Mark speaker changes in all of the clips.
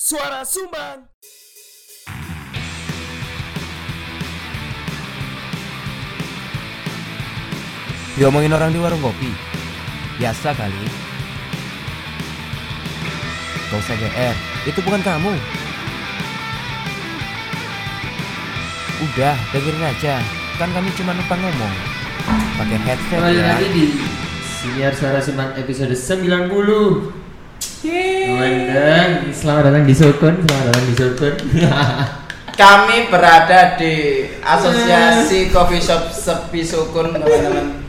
Speaker 1: Suara Sumbang.
Speaker 2: Diomongin orang di warung kopi Biasa kali Gak usah GR Itu bukan kamu Udah, dengerin aja Kan kami cuma numpang ngomong Pakai headset
Speaker 3: Kembali
Speaker 2: ya
Speaker 3: lagi di Siniar Suara Sumbang episode 90 Yeay Selamat datang di Sokun Selamat datang di Sokun
Speaker 4: Kami berada di
Speaker 3: Hmm.
Speaker 4: Asosiasi Coffee Shop Sepi Sukun, teman-teman.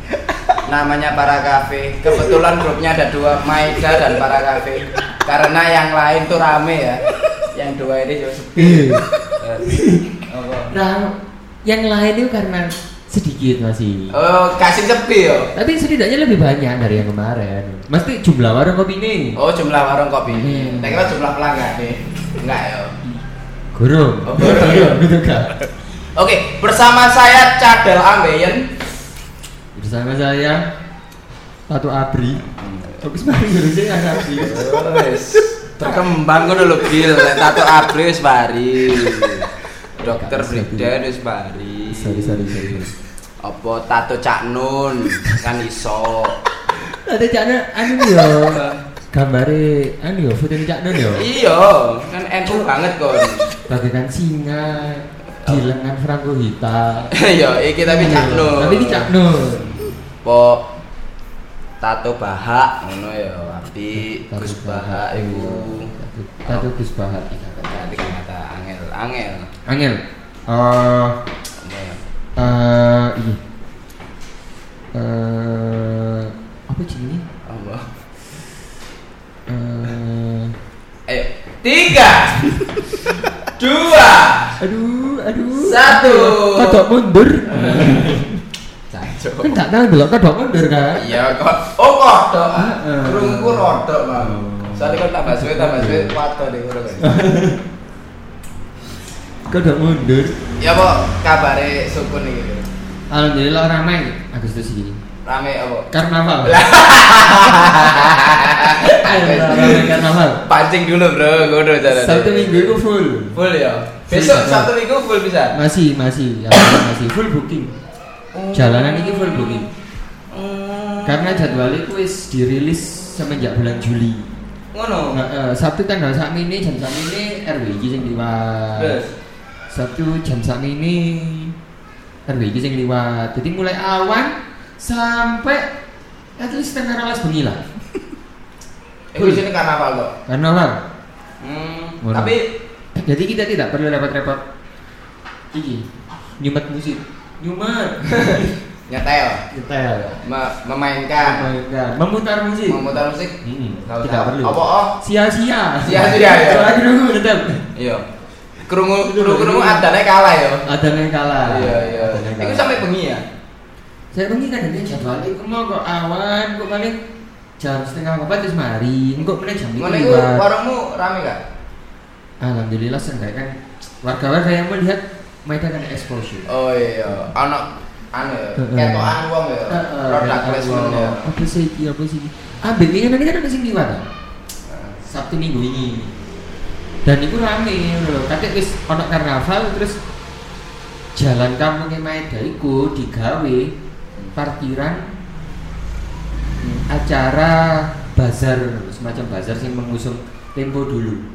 Speaker 4: Namanya Para Cafe. Kebetulan grupnya ada dua, Maida dan Para Cafe. Karena yang lain tuh rame ya. Yang dua ini cuma sepi.
Speaker 3: Nah, yang lain itu karena sedikit masih
Speaker 4: Oh, kasih sepi yo.
Speaker 3: Tapi setidaknya lebih banyak dari yang kemarin Mesti jumlah warung kopi ini
Speaker 4: Oh, jumlah warung kopi.
Speaker 3: Hmm.
Speaker 4: Saya kira jumlah pelanggan deh. Enggak ya. yo.
Speaker 3: Gurung
Speaker 4: Oh, gurung.
Speaker 3: gitu kan
Speaker 4: Oke, bersama saya Cadel Ambeien.
Speaker 3: Bersama saya Tatu Abri
Speaker 4: Hmm.
Speaker 3: Fokus banget gurungnya yang Abri
Speaker 4: Terkembang gue dulu gil, tato abri wis bari. Dokter Brigjen wis bari.
Speaker 3: Sorry, sorry, sorry sorry.
Speaker 4: Apa tato Cak Nun kan iso.
Speaker 3: Ada Cak Nun, anu yo Gambare, anu yo, fotonya Cak Nun yo
Speaker 4: Iya, kan NU banget kon.
Speaker 3: bagaikan singa di lengan Franco Hita.
Speaker 4: Iya, iki tapi Cak Nun.
Speaker 3: Anu Tapi ini Cak Nun.
Speaker 4: Po tato bahak ngono ya, api Gus
Speaker 3: iya.
Speaker 4: bahak iku.
Speaker 3: Tato Gus Bahak.
Speaker 4: Tadi kata angel, angel.
Speaker 3: Angel. Eh eh ini. Eh apa sih
Speaker 4: Apa?
Speaker 3: Eh
Speaker 4: Ayo, tiga, dua,
Speaker 3: aduh aduh.
Speaker 4: Satu.
Speaker 3: Kodok mundur.
Speaker 4: Cacok.
Speaker 3: Kan gak tahu dulu kodok mundur kan.
Speaker 4: Iya kok. Oh kodok. ah.
Speaker 3: Heeh.
Speaker 4: Kerungku rodok, Bang. Soalnya kan tambah suwe tambah suwe
Speaker 3: Iya.
Speaker 4: pato di urut.
Speaker 3: Kodok mundur.
Speaker 4: Ya apa kabare sukun iki?
Speaker 3: Alhamdulillah ramai Agustus ini.
Speaker 4: Rame apa?
Speaker 3: Karnaval.
Speaker 4: Agustus.
Speaker 3: Karnaval.
Speaker 4: Pancing dulu, Bro. Ngono carane.
Speaker 3: Sabtu minggu itu full.
Speaker 4: full ya. Besok
Speaker 3: Full.
Speaker 4: Sabtu minggu full bisa.
Speaker 3: Masih, masih, ya, masih full booking.
Speaker 4: Oh.
Speaker 3: Jalanan ini full booking. Karena jadwal itu wis dirilis semenjak bulan Juli.
Speaker 4: Ngono.
Speaker 3: Nah, eh, Sabtu tanggal saat ini jam saat ini RWG yang
Speaker 4: Terus.
Speaker 3: liwat. Sabtu jam saat ini RWG yang liwat. Jadi mulai awan sampai at least tengah alas bengi lah.
Speaker 4: Iku sini karnaval kok.
Speaker 3: Karena lah.
Speaker 4: Hmm.
Speaker 3: Ngono.
Speaker 4: Tapi
Speaker 3: Jadi kita tidak perlu repot-repot. Iki nyumet musik. Nyumet.
Speaker 4: nyetel,
Speaker 3: Nyetel.
Speaker 4: me- memainkan,
Speaker 3: Ya, memutar musik
Speaker 4: memutar musik.
Speaker 3: Hmm,
Speaker 4: Nggak
Speaker 3: tidak
Speaker 4: usah.
Speaker 3: perlu
Speaker 4: Apa oh?
Speaker 3: sia-sia
Speaker 4: Sia-sia, ya.
Speaker 3: lagi dulu tetap
Speaker 4: Iya. Kerungu kerungu adane kalah ya.
Speaker 3: ada yang kalah
Speaker 4: Iya iya.
Speaker 3: Ada yang
Speaker 4: Iku
Speaker 3: kalah.
Speaker 4: sampai bengi ya.
Speaker 3: saya rugi kan ada jadwal itu mau kok awan kok paling jam setengah empat terus mari kok mana jam
Speaker 4: Ngono iku
Speaker 3: lima
Speaker 4: warungmu rame gak?
Speaker 3: alhamdulillah seenggaknya kan warga-warga yang melihat mereka kan exposure
Speaker 4: Oh iya, ana anu ya, ketokan wong ya.
Speaker 3: Eh, eh,
Speaker 4: Product
Speaker 3: dan
Speaker 4: placement
Speaker 3: awal.
Speaker 4: ya.
Speaker 3: apa sih iki, apa sih iki? ah bimbingan ini kan ada sing liwat ah. Sabtu minggu ini dan itu rame ngono lho Kadek wis ono karnaval terus jalan kampung Maeda iku digawe parkiran acara bazar semacam bazar sing mengusung tempo dulu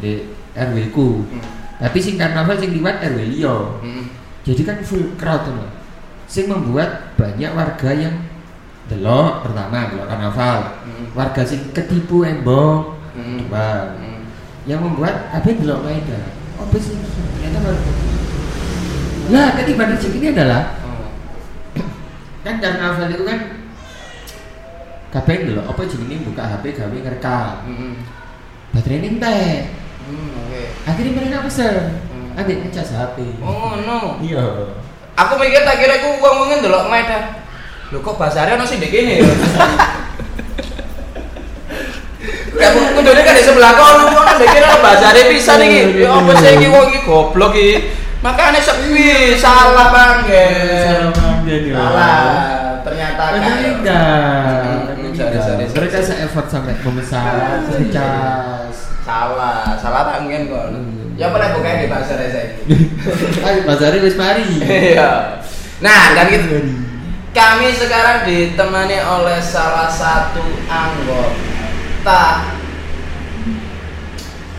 Speaker 3: di RW ku tapi sing karnaval sing liwat RW liyo
Speaker 4: Heeh.
Speaker 3: jadi kan full crowd tuh sing membuat banyak warga yang delok pertama delok karnaval
Speaker 4: Hmm.
Speaker 3: warga sing ketipu embong
Speaker 4: Hmm.
Speaker 3: dua
Speaker 4: Heeh.
Speaker 3: yang membuat kabeh delok maeda apa sih ternyata baru lah ketiban rezeki ini adalah kan karnaval itu kan kabeh delok apa jenenge buka HP gawe ngerekam
Speaker 4: Heeh.
Speaker 3: baterainya entek
Speaker 4: Hmm, oke.
Speaker 3: akhirnya mereka pesen
Speaker 4: Hmm.
Speaker 3: ambil ngecas HP
Speaker 4: Oh ngono.
Speaker 3: iya
Speaker 4: Aku mikir tak kira iku wong wonge ndelok Maeda. Lho kok basare ono sing ndek kene ya. Kamu kudune kan di sebelah kono kok nang ndek kene ono basare pisan
Speaker 3: Iya,
Speaker 4: iki. Ya apa sih iki wong iki goblok iki. Makane sepi salah banget. Salah, ternyata kan
Speaker 3: Ternyata
Speaker 4: kaya.
Speaker 3: enggak.
Speaker 4: Hmm, sorry, sorry, sorry.
Speaker 3: Mereka se effort sampai memesan, ngecas.
Speaker 4: salah salah tak mungkin kok
Speaker 3: Hmm.
Speaker 4: ya pernah bukain di pasar ya saya
Speaker 3: Ayo pasare wis mari.
Speaker 4: iya nah dan gitu kami sekarang ditemani oleh salah satu anggota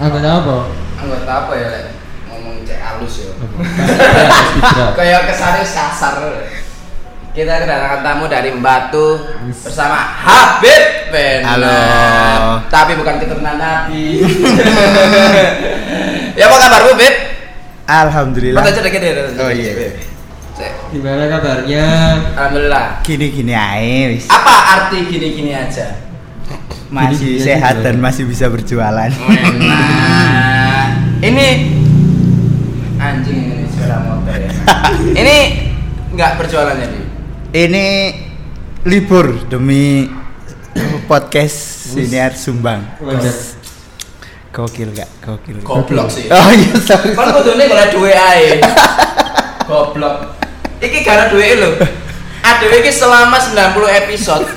Speaker 3: Apa apa?
Speaker 4: anggota apa ya Lek? ngomong cek halus ya
Speaker 3: Apa?
Speaker 4: kayak kesannya sasar kita kedatangan tamu dari Batu bersama Habib Pena.
Speaker 1: Halo.
Speaker 4: tapi bukan keturunan Nabi ya apa kabarmu Bib?
Speaker 1: Alhamdulillah.
Speaker 4: Mata aja dikit ya
Speaker 1: Iya. Oh, iya.
Speaker 4: Bib. Cek.
Speaker 3: Gimana kabarnya?
Speaker 4: Alhamdulillah
Speaker 1: Gini-gini aja wis.
Speaker 4: apa arti gini-gini aja?
Speaker 1: Masih
Speaker 3: Gini-gini
Speaker 1: sehat
Speaker 3: aja. Oh, iya.
Speaker 1: dan masih bisa berjualan.
Speaker 4: Nah, ini anjing ini sepeda motor ya. ini nggak berjualan jadi.
Speaker 1: Ini libur demi podcast siniar Sumbang.
Speaker 3: Wajar.
Speaker 1: Gokil gak? Gokil. nggak?
Speaker 4: Goblok sih.
Speaker 1: Oh iya, sorry.
Speaker 4: Kan kudune golek duwe ae. Goblok. Iki gara duwe lho. Adewe iki selama 90 episode.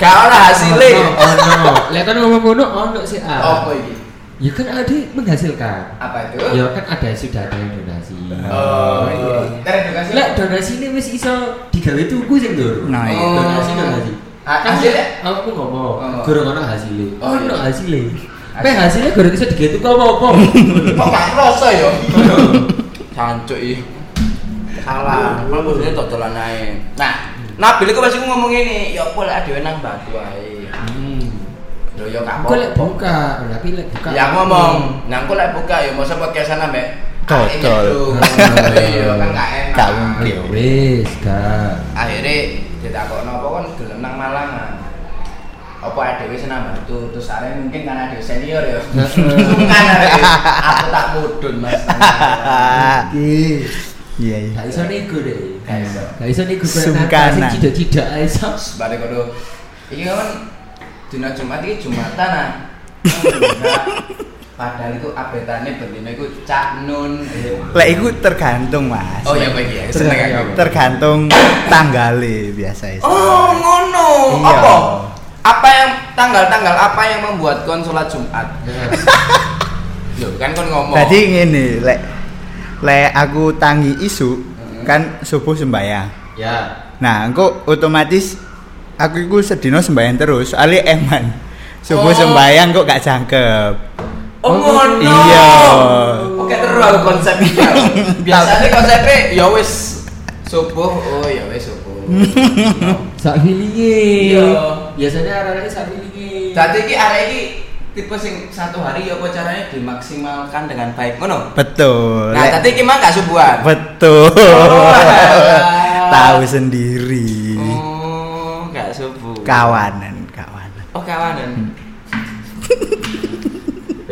Speaker 4: Gak ora hasilnya.
Speaker 3: Ono. Lek kan ngomong ngono ono sih ah.
Speaker 4: Apa iki?
Speaker 3: Ya kan ada menghasilkan.
Speaker 4: Apa itu?
Speaker 3: Ya kan ada sudah ada yang donasi.
Speaker 4: Oh, iya. Ter edukasi.
Speaker 3: Lek donasi ini wis iso digawe tuku sing dur.
Speaker 1: Nah, iya.
Speaker 3: donasi donasi.
Speaker 4: Ha-
Speaker 3: Kan
Speaker 4: hasilnya?
Speaker 3: aku
Speaker 4: Oh.
Speaker 3: ngomong, gurung ono hasilnya.
Speaker 4: Oh, iya.
Speaker 3: Ono hasilnya. Pe hasilnya gurung iso digawe tuku apa-apa.
Speaker 4: Kok gak kerasa ya? Cancuk iki. Salah, malah kudune dodolan ae. Nah, Nabil iku pas iku ngomong ngene, ya apa lek adewe nang batu ae.
Speaker 3: Hmm.
Speaker 4: Lho ya gak
Speaker 3: Aku lek
Speaker 4: apa.
Speaker 3: buka, tapi lek buka.
Speaker 4: Ya aku ngomong, nang aku lek buka ya masa podcastan ambek
Speaker 1: Dodol.
Speaker 4: kakeknya dulu. Iya kan gak enak.
Speaker 1: Gak mungkin.
Speaker 3: Ya wis, gak.
Speaker 4: Akhirnya ditakokno apa kan gelem nang Malangan. Apa adewe senang batu terus arek mungkin karena adewe senior ya. Sungkan arek. Aku tak mudun Mas.
Speaker 1: Iya iya.
Speaker 3: Gak iso nego deh.
Speaker 4: Gak iso. nah.
Speaker 3: Gak iso nego kaya
Speaker 1: Sungkanan.
Speaker 3: nata, sing cidak-cidak ae iso.
Speaker 4: sebalik kudu iki kan dina Jumat iki Jumatan ah. Padahal itu update-ane bendina iku cak nun.
Speaker 1: Lah iku tergantung, Mas.
Speaker 4: Oh ya bagi ya, seneng
Speaker 1: Iya,
Speaker 4: aku.
Speaker 1: Tergantung tanggale biasa. ya.
Speaker 4: Oh, ngono.
Speaker 1: Iya.
Speaker 4: Apa? Apa yang tanggal-tanggal apa yang membuat kon sholat Jumat? Loh, kan kon ngomong.
Speaker 1: Tadi ngene, lek lek aku tangi isu
Speaker 4: Hmm.
Speaker 1: kan subuh sembahyang.
Speaker 3: Ya.
Speaker 1: Nah, engko otomatis aku iku sedino sembahyang terus, ali eman. Subuh
Speaker 4: Oh.
Speaker 1: sembahyang kok gak jangkep.
Speaker 4: Oh ngono.
Speaker 1: Iya.
Speaker 4: Oke terus aku konsepnya. Biasanya konsepnya ya wis subuh. Oh ya wis subuh.
Speaker 3: Sak wilinge.
Speaker 4: Iya.
Speaker 3: Biasanya arek-arek sak wilinge.
Speaker 4: Tadi iki arek iki tipe sing satu hari ya apa caranya dimaksimalkan dengan baik ngono.
Speaker 1: Betul.
Speaker 4: Nah,
Speaker 1: Lek-
Speaker 4: tadi iki mah gak subuhan.
Speaker 1: betul.
Speaker 4: Oh.
Speaker 1: Tahu sendiri.
Speaker 4: Oh, gak subuh.
Speaker 1: Kawanan, kawanan.
Speaker 4: Oh,
Speaker 1: Hmm.
Speaker 4: kawanan.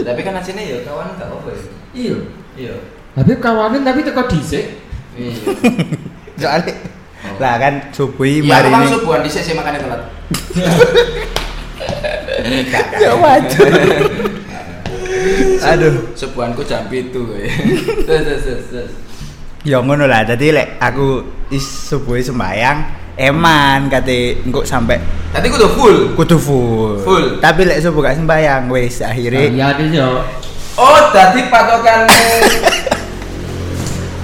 Speaker 4: Ya, Tapi kan aslinya ya kawan gak apa ya.
Speaker 3: Iya.
Speaker 4: Iya.
Speaker 3: Habib kawanan tapi teko dhisik.
Speaker 4: Iya.
Speaker 1: Soalnya lah kan subuh iki
Speaker 4: Iya, aku
Speaker 1: mari
Speaker 4: kan
Speaker 1: ini.
Speaker 4: subuhan dhisik sih makane telat.
Speaker 1: Ya waduh. Aduh.
Speaker 4: Subuhanku jam 7. weh. Terus terus terus, terus.
Speaker 1: Ya ngono lah, tadi lek aku is subuh sembayang eman kate engko sampai
Speaker 4: Tadi ku udah full.
Speaker 1: kudu full.
Speaker 4: Full.
Speaker 1: Tapi lek subuh gak sembayang wis akhire
Speaker 3: Iya deh yo.
Speaker 4: Oh, tadi patokanmu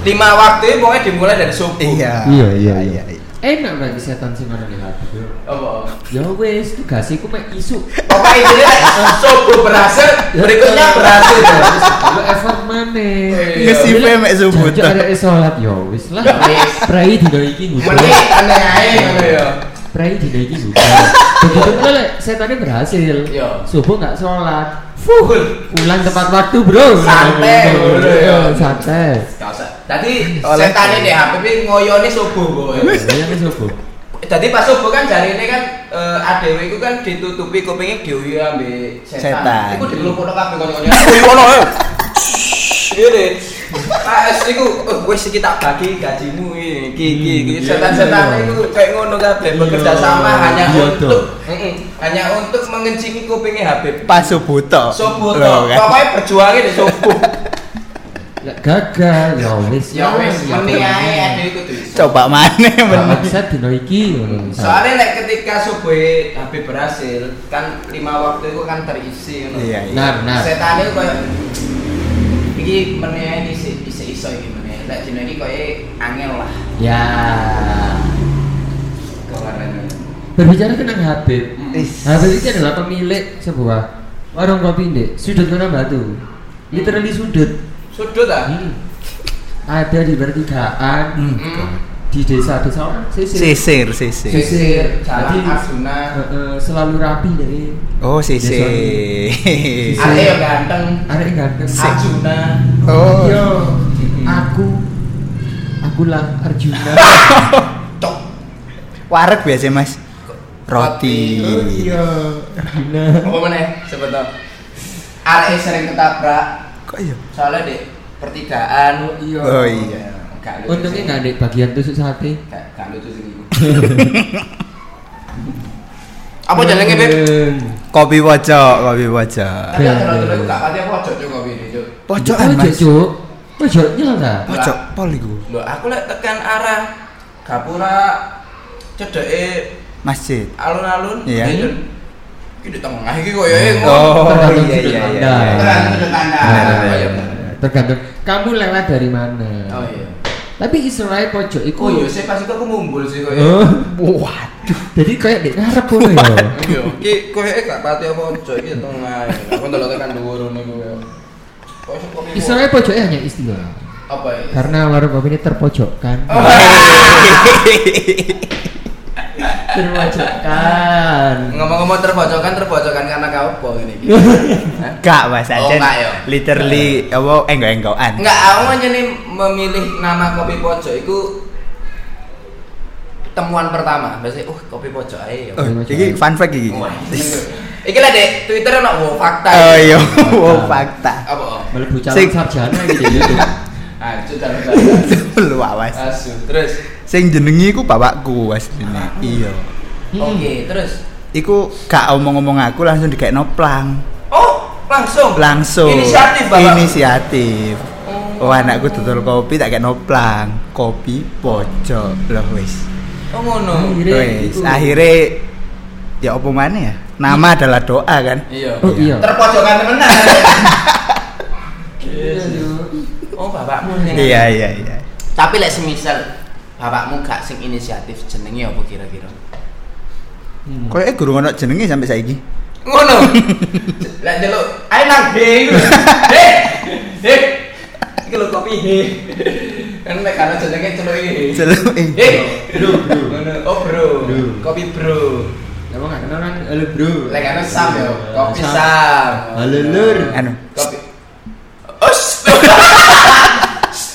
Speaker 4: lima waktu pokoknya dimulai dari subuh.
Speaker 3: Iya, iya, iya. Enak berarti setan sing ngono ning Habib. yo.
Speaker 4: Apa?
Speaker 3: Ya wis, tugase ku mek isuk.
Speaker 4: Pokoknya intinya subuh berhasil, berikutnya berhasil.
Speaker 3: Lu effort maneh.
Speaker 4: Iya.
Speaker 1: Ngesipe mek subuh
Speaker 3: Jajak
Speaker 1: tuh.
Speaker 3: arek sholat ya wis lah.
Speaker 4: Wis.
Speaker 3: Prai dina iki
Speaker 4: Mending
Speaker 3: ngumpul.
Speaker 4: aneh ae ngono ya.
Speaker 3: Prai dina iki ngumpul. Begitu pula lek setannya berhasil.
Speaker 4: Iya.
Speaker 3: Subuh nggak sholat.
Speaker 4: Full.
Speaker 3: Pulang tepat waktu bro. Iya,
Speaker 4: Santai, bro, ya.
Speaker 3: Santai.
Speaker 4: Gak usah. Tadi
Speaker 1: Oleh.
Speaker 4: setan ini HP ini ngoyoni subuh boy.
Speaker 3: Iya kan subuh.
Speaker 4: Jadi pas subuh kan jari ini kan eh, ADW itu kan ditutupi kupingnya diuyu ambil setan.
Speaker 1: Setan.
Speaker 4: Iku dilupukno kabeh kanca-kanca. Kuwi ngono ae.
Speaker 1: eh.
Speaker 4: Iya deh. Pas iku eh, wis iki tak bagi gajimu iki iki iki, iki.
Speaker 3: Hmm, iya,
Speaker 4: Setan-setan
Speaker 3: iya.
Speaker 4: iku kayak ngono kabeh
Speaker 3: Iya.
Speaker 4: bekerja sama hanya
Speaker 3: Iya,
Speaker 4: untuk Mm-mm. hanya untuk mengencingi kupingnya Habib. Iya.
Speaker 1: Pas subuh tok.
Speaker 4: Subuh
Speaker 1: Loh,
Speaker 4: toh.
Speaker 1: kan.
Speaker 4: Pokoknya berjuangnya di subuh.
Speaker 3: Lek gagal ya wis
Speaker 4: Ya wis
Speaker 3: ya
Speaker 4: meni ae
Speaker 3: bener.
Speaker 4: ade iku tuh.
Speaker 1: coba mana
Speaker 3: Gak
Speaker 1: bener
Speaker 3: maksa dino iki ngono.
Speaker 4: Soalnya like, ketika subuh Habib berhasil, kan lima waktu itu kan terisi ngono. Nah,
Speaker 1: Iya, iya.
Speaker 3: Benar, benar.
Speaker 4: Setan itu koyo iki meneh isi isi iso iki meneh. Lek dina iki koyo angel lah.
Speaker 3: Ya.
Speaker 4: Kelarane.
Speaker 3: Berbicara tentang Habib.
Speaker 1: Is.
Speaker 3: Habib itu adalah pemilik sebuah warung kopi Ndek, sudut Kota Batu. Literally sudut.
Speaker 4: Sudut ah.
Speaker 3: Hmm. Ada di pertigaan
Speaker 1: Hmm.
Speaker 4: Hmm.
Speaker 3: di desa-desa orang sisir.
Speaker 1: sisir sisir
Speaker 3: Sisir.
Speaker 4: Jalan
Speaker 3: Jadi,
Speaker 4: Asuna.
Speaker 3: eh, eh, selalu rapi dari
Speaker 1: oh sisir Iya,
Speaker 3: Sisir.
Speaker 4: Ade yo ganteng.
Speaker 3: arek ganteng.
Speaker 4: Asuna.
Speaker 1: oh
Speaker 3: Yo, aku aku lah Arjuna.
Speaker 4: Cok.
Speaker 1: warak biasa mas roti
Speaker 3: Iya, Arjuna.
Speaker 4: Apa meneh sebentar. Arek sering ketabrak
Speaker 1: kok iya
Speaker 4: soalnya di pertigaan. Ya,
Speaker 3: Iya.
Speaker 1: Oh, iya.
Speaker 4: Gak lucu
Speaker 3: Untungnya
Speaker 4: sih.
Speaker 3: nggak ada bagian tusuk sate.
Speaker 4: Gak gak lucu sih iku. Apa jenenge, Beb?
Speaker 3: Hmm.
Speaker 1: kopi pojok kopi pojok
Speaker 4: Tapi
Speaker 3: Ben.
Speaker 4: terus gak pati apa ojo juga kopi ini, Cuk.
Speaker 1: pojokan
Speaker 3: Pojok,
Speaker 1: mas
Speaker 3: Cuk. Pojoknya lah.
Speaker 1: pojok pol iku
Speaker 4: Lho, aku lek tekan arah Gapura cedeke
Speaker 1: masjid
Speaker 4: alun-alun.
Speaker 1: Iya.
Speaker 4: ya, Cuk. Iki di tengah iki koyo e.
Speaker 1: Oh,
Speaker 3: Tergantung
Speaker 1: iya,
Speaker 3: sudut
Speaker 1: iya, iya.
Speaker 3: pandang.
Speaker 4: Tergantung sudut pandang.
Speaker 3: Benar,
Speaker 4: Ah,
Speaker 3: benar,
Speaker 4: iya.
Speaker 3: benar. Tergantung kamu lewat dari mana.
Speaker 4: Oh iya.
Speaker 3: Tapi Israel pojok iku.
Speaker 4: Oh iya, sih pas iku aku ngumpul sih koyo. e.
Speaker 3: Oh.
Speaker 1: waduh
Speaker 3: Jadi kayak di ngarep ngono ya.
Speaker 4: Iya, iki koyo e gak pati apa ojo iki di tengah. Aku ndelok tekan dhuwur ngono iku. ya. Kok iso kopi ku-
Speaker 3: Israel pojoknya hanya istilah.
Speaker 4: apa ya?
Speaker 3: Karena warung kopi ini terpojokkan.
Speaker 4: Oh.
Speaker 3: Terpojokkan.
Speaker 4: Ngomong-ngomong terpojokan, terpojokan karena kau apa ini?
Speaker 1: Gak mas
Speaker 4: Oh,
Speaker 1: Ajen
Speaker 4: enggak, yo.
Speaker 1: literally apa enggak enggokan
Speaker 4: Enggak, aku aja nih memilih nama kopi pojok itu temuan pertama. Biasanya, uh kopi pojok aja.
Speaker 1: oh, ini fun fact iki
Speaker 4: Wah, Iki lah dek, Twitter enak wow fakta.
Speaker 1: oh iya
Speaker 3: Fakta.
Speaker 1: wow fakta
Speaker 4: Apa? oh?
Speaker 3: Melebu calon
Speaker 1: Sing-
Speaker 3: sarjana gitu ya.
Speaker 4: Ah, itu cara
Speaker 1: lu awas
Speaker 4: Asu, terus.
Speaker 1: sing jenengi iku bapakku asline iya
Speaker 4: Oke, terus.
Speaker 1: iku gak omong-omong aku langsung dikekno plang
Speaker 4: Oh, langsung.
Speaker 1: langsung
Speaker 4: Inisiatif bapak.
Speaker 1: inisiatif oh anakku tutul kopi tak kekno plang kopi pojok loh wis
Speaker 4: Oh ngono.
Speaker 3: Akhirnya
Speaker 1: wis
Speaker 3: gitu.
Speaker 1: akhirnya ya apa mana ya nama adalah doa kan
Speaker 4: Iya.
Speaker 3: Oh iya.
Speaker 4: Terpojokan temenan.
Speaker 3: Iya, Cuk.
Speaker 4: Oh bapakmu yang-
Speaker 1: iya iya iya
Speaker 4: Tapi lek semisal bapakmu gak sing inisiatif jenenge apa kira-kira?
Speaker 3: Hmm.
Speaker 1: kayaknya guru ngono jenenge sampai saiki
Speaker 4: Ngono. Lek ndelok ae nang B iku. Heh. Heh. Iki lho kopi he. Kan lek ana jenenge celuki he.
Speaker 1: Celuk, eh.
Speaker 4: He. Bro, bro. Ngono. Oh, bro.
Speaker 3: Bro.
Speaker 4: Kopi bro.
Speaker 3: Emang gak kenal kan? Halo bro. Iya,
Speaker 4: Lek ana sam ya, yo, kopi
Speaker 3: Sam.
Speaker 4: sam.
Speaker 3: Halo, Lur.
Speaker 1: Anu.
Speaker 4: Kopi. Us.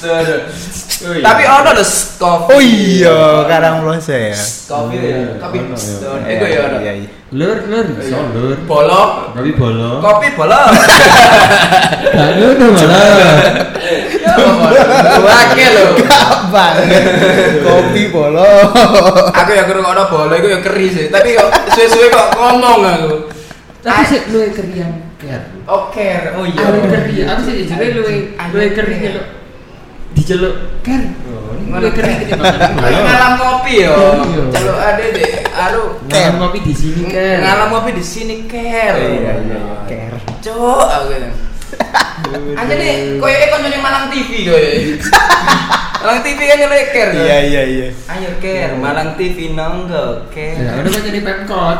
Speaker 4: Tapi
Speaker 3: Tapi
Speaker 4: ono lho s- kopi.
Speaker 1: oh iya karang mlos ya
Speaker 4: Kopi,
Speaker 3: Iya,
Speaker 4: kopi
Speaker 3: ono, iya.
Speaker 4: stone. Iku ya ono.
Speaker 1: iya iya
Speaker 3: lur lur, iso lur.
Speaker 4: Bolok.
Speaker 3: Tapi bolong.
Speaker 4: Kopi bolong.
Speaker 3: Gak ngono malah.
Speaker 4: Ya, Wake lho.
Speaker 1: Gak banget kopi bolong
Speaker 4: Aku yang kurang ono bola iku yang keri sih. Tapi kok suwe-suwe kok ngomong aku.
Speaker 3: Tapi sik luwe kerian. Biar.
Speaker 4: Oke, oh iya.
Speaker 3: Aku keri, aku sih jujur luwe luwe keri lho. gitu. Diceluk Oh, ker. Luwe keri iki
Speaker 4: Aku Ngalam kopi yo.
Speaker 3: Iya.
Speaker 4: Kalau ada deh, aku
Speaker 3: Ngalam kopi di sini ker.
Speaker 4: ngalam kopi Iya. di sini ker.
Speaker 1: Iya, iya, iya, ker.
Speaker 4: Cuk, aku ini. Anjir nih, koyo e koncone Malang TV koyo. e. Malang TV kan nyelek ker. kan?
Speaker 1: iya iya iya
Speaker 4: Ayo ker, Malang TV nonggo
Speaker 3: Ya,
Speaker 4: ker.
Speaker 3: udah kan jadi pemkot.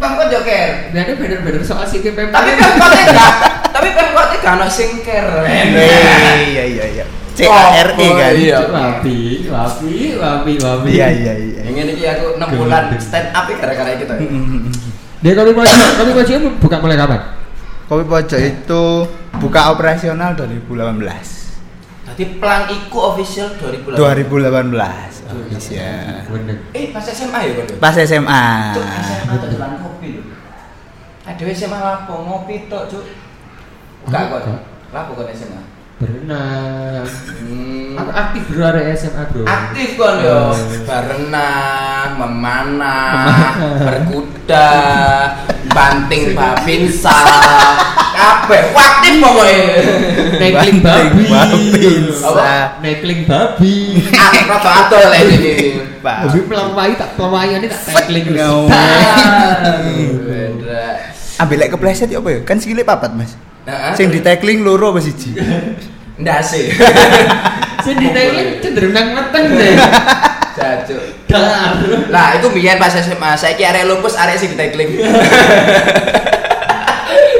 Speaker 4: Bang kok jo ker.
Speaker 3: Gak ada bener-bener soal sih ke
Speaker 1: Iya.
Speaker 3: pemkot.
Speaker 4: tapi kan- pemkotnya gak tapi pemkotnya gak ada sing keren
Speaker 1: iya iya iya C A R E kan
Speaker 4: Iya.
Speaker 3: Wapi, wapi, wapi, wapi.
Speaker 1: iya iya iya Hmm.
Speaker 4: yang ini iki aku 6 bulan stand up ya gara-gara itu tuh
Speaker 3: Dia kopi pojok, kopi pojoknya buka mulai kapan?
Speaker 1: Kopi Pojok itu buka operasional 2018.
Speaker 4: jadi pelang iku official 2000
Speaker 1: 2018 official.
Speaker 3: Bener.
Speaker 4: eh pas SMA ya kan
Speaker 1: Iya. Pas SMA.
Speaker 4: cuk SMA tuh jalan kopi lho ada SMA lapo ngopi tok cuk gak kok
Speaker 3: Enggak.
Speaker 4: lapo kan SMA
Speaker 3: Berenang.
Speaker 4: Hmm.
Speaker 3: Aku aktif bro ada SMA bro.
Speaker 4: aktif kon yo
Speaker 3: Eh.
Speaker 4: berenang memanah berkuda banting babinsa kan Kabeh waktif pokoknya.
Speaker 3: nekling babi
Speaker 1: babi.
Speaker 4: Apa?
Speaker 3: nekling babi
Speaker 4: Ah, Rada atol lek iki.
Speaker 1: Pak.
Speaker 3: babi melampaui tak pelawaiannya tak nekling
Speaker 1: ngawur.
Speaker 4: Ah, Bener.
Speaker 1: Ambil lek kepleset ya apa ya? Kan sikile papat, Mas.
Speaker 4: Nah,
Speaker 1: Sing di tackling loro apa siji?
Speaker 4: ndak sih.
Speaker 3: sih di nekling cenderung nang ngeteng deh
Speaker 4: Jajuk.
Speaker 3: dar
Speaker 4: Lah, itu biyen pas SMA. Saiki arek lupus, arek sing ditekling.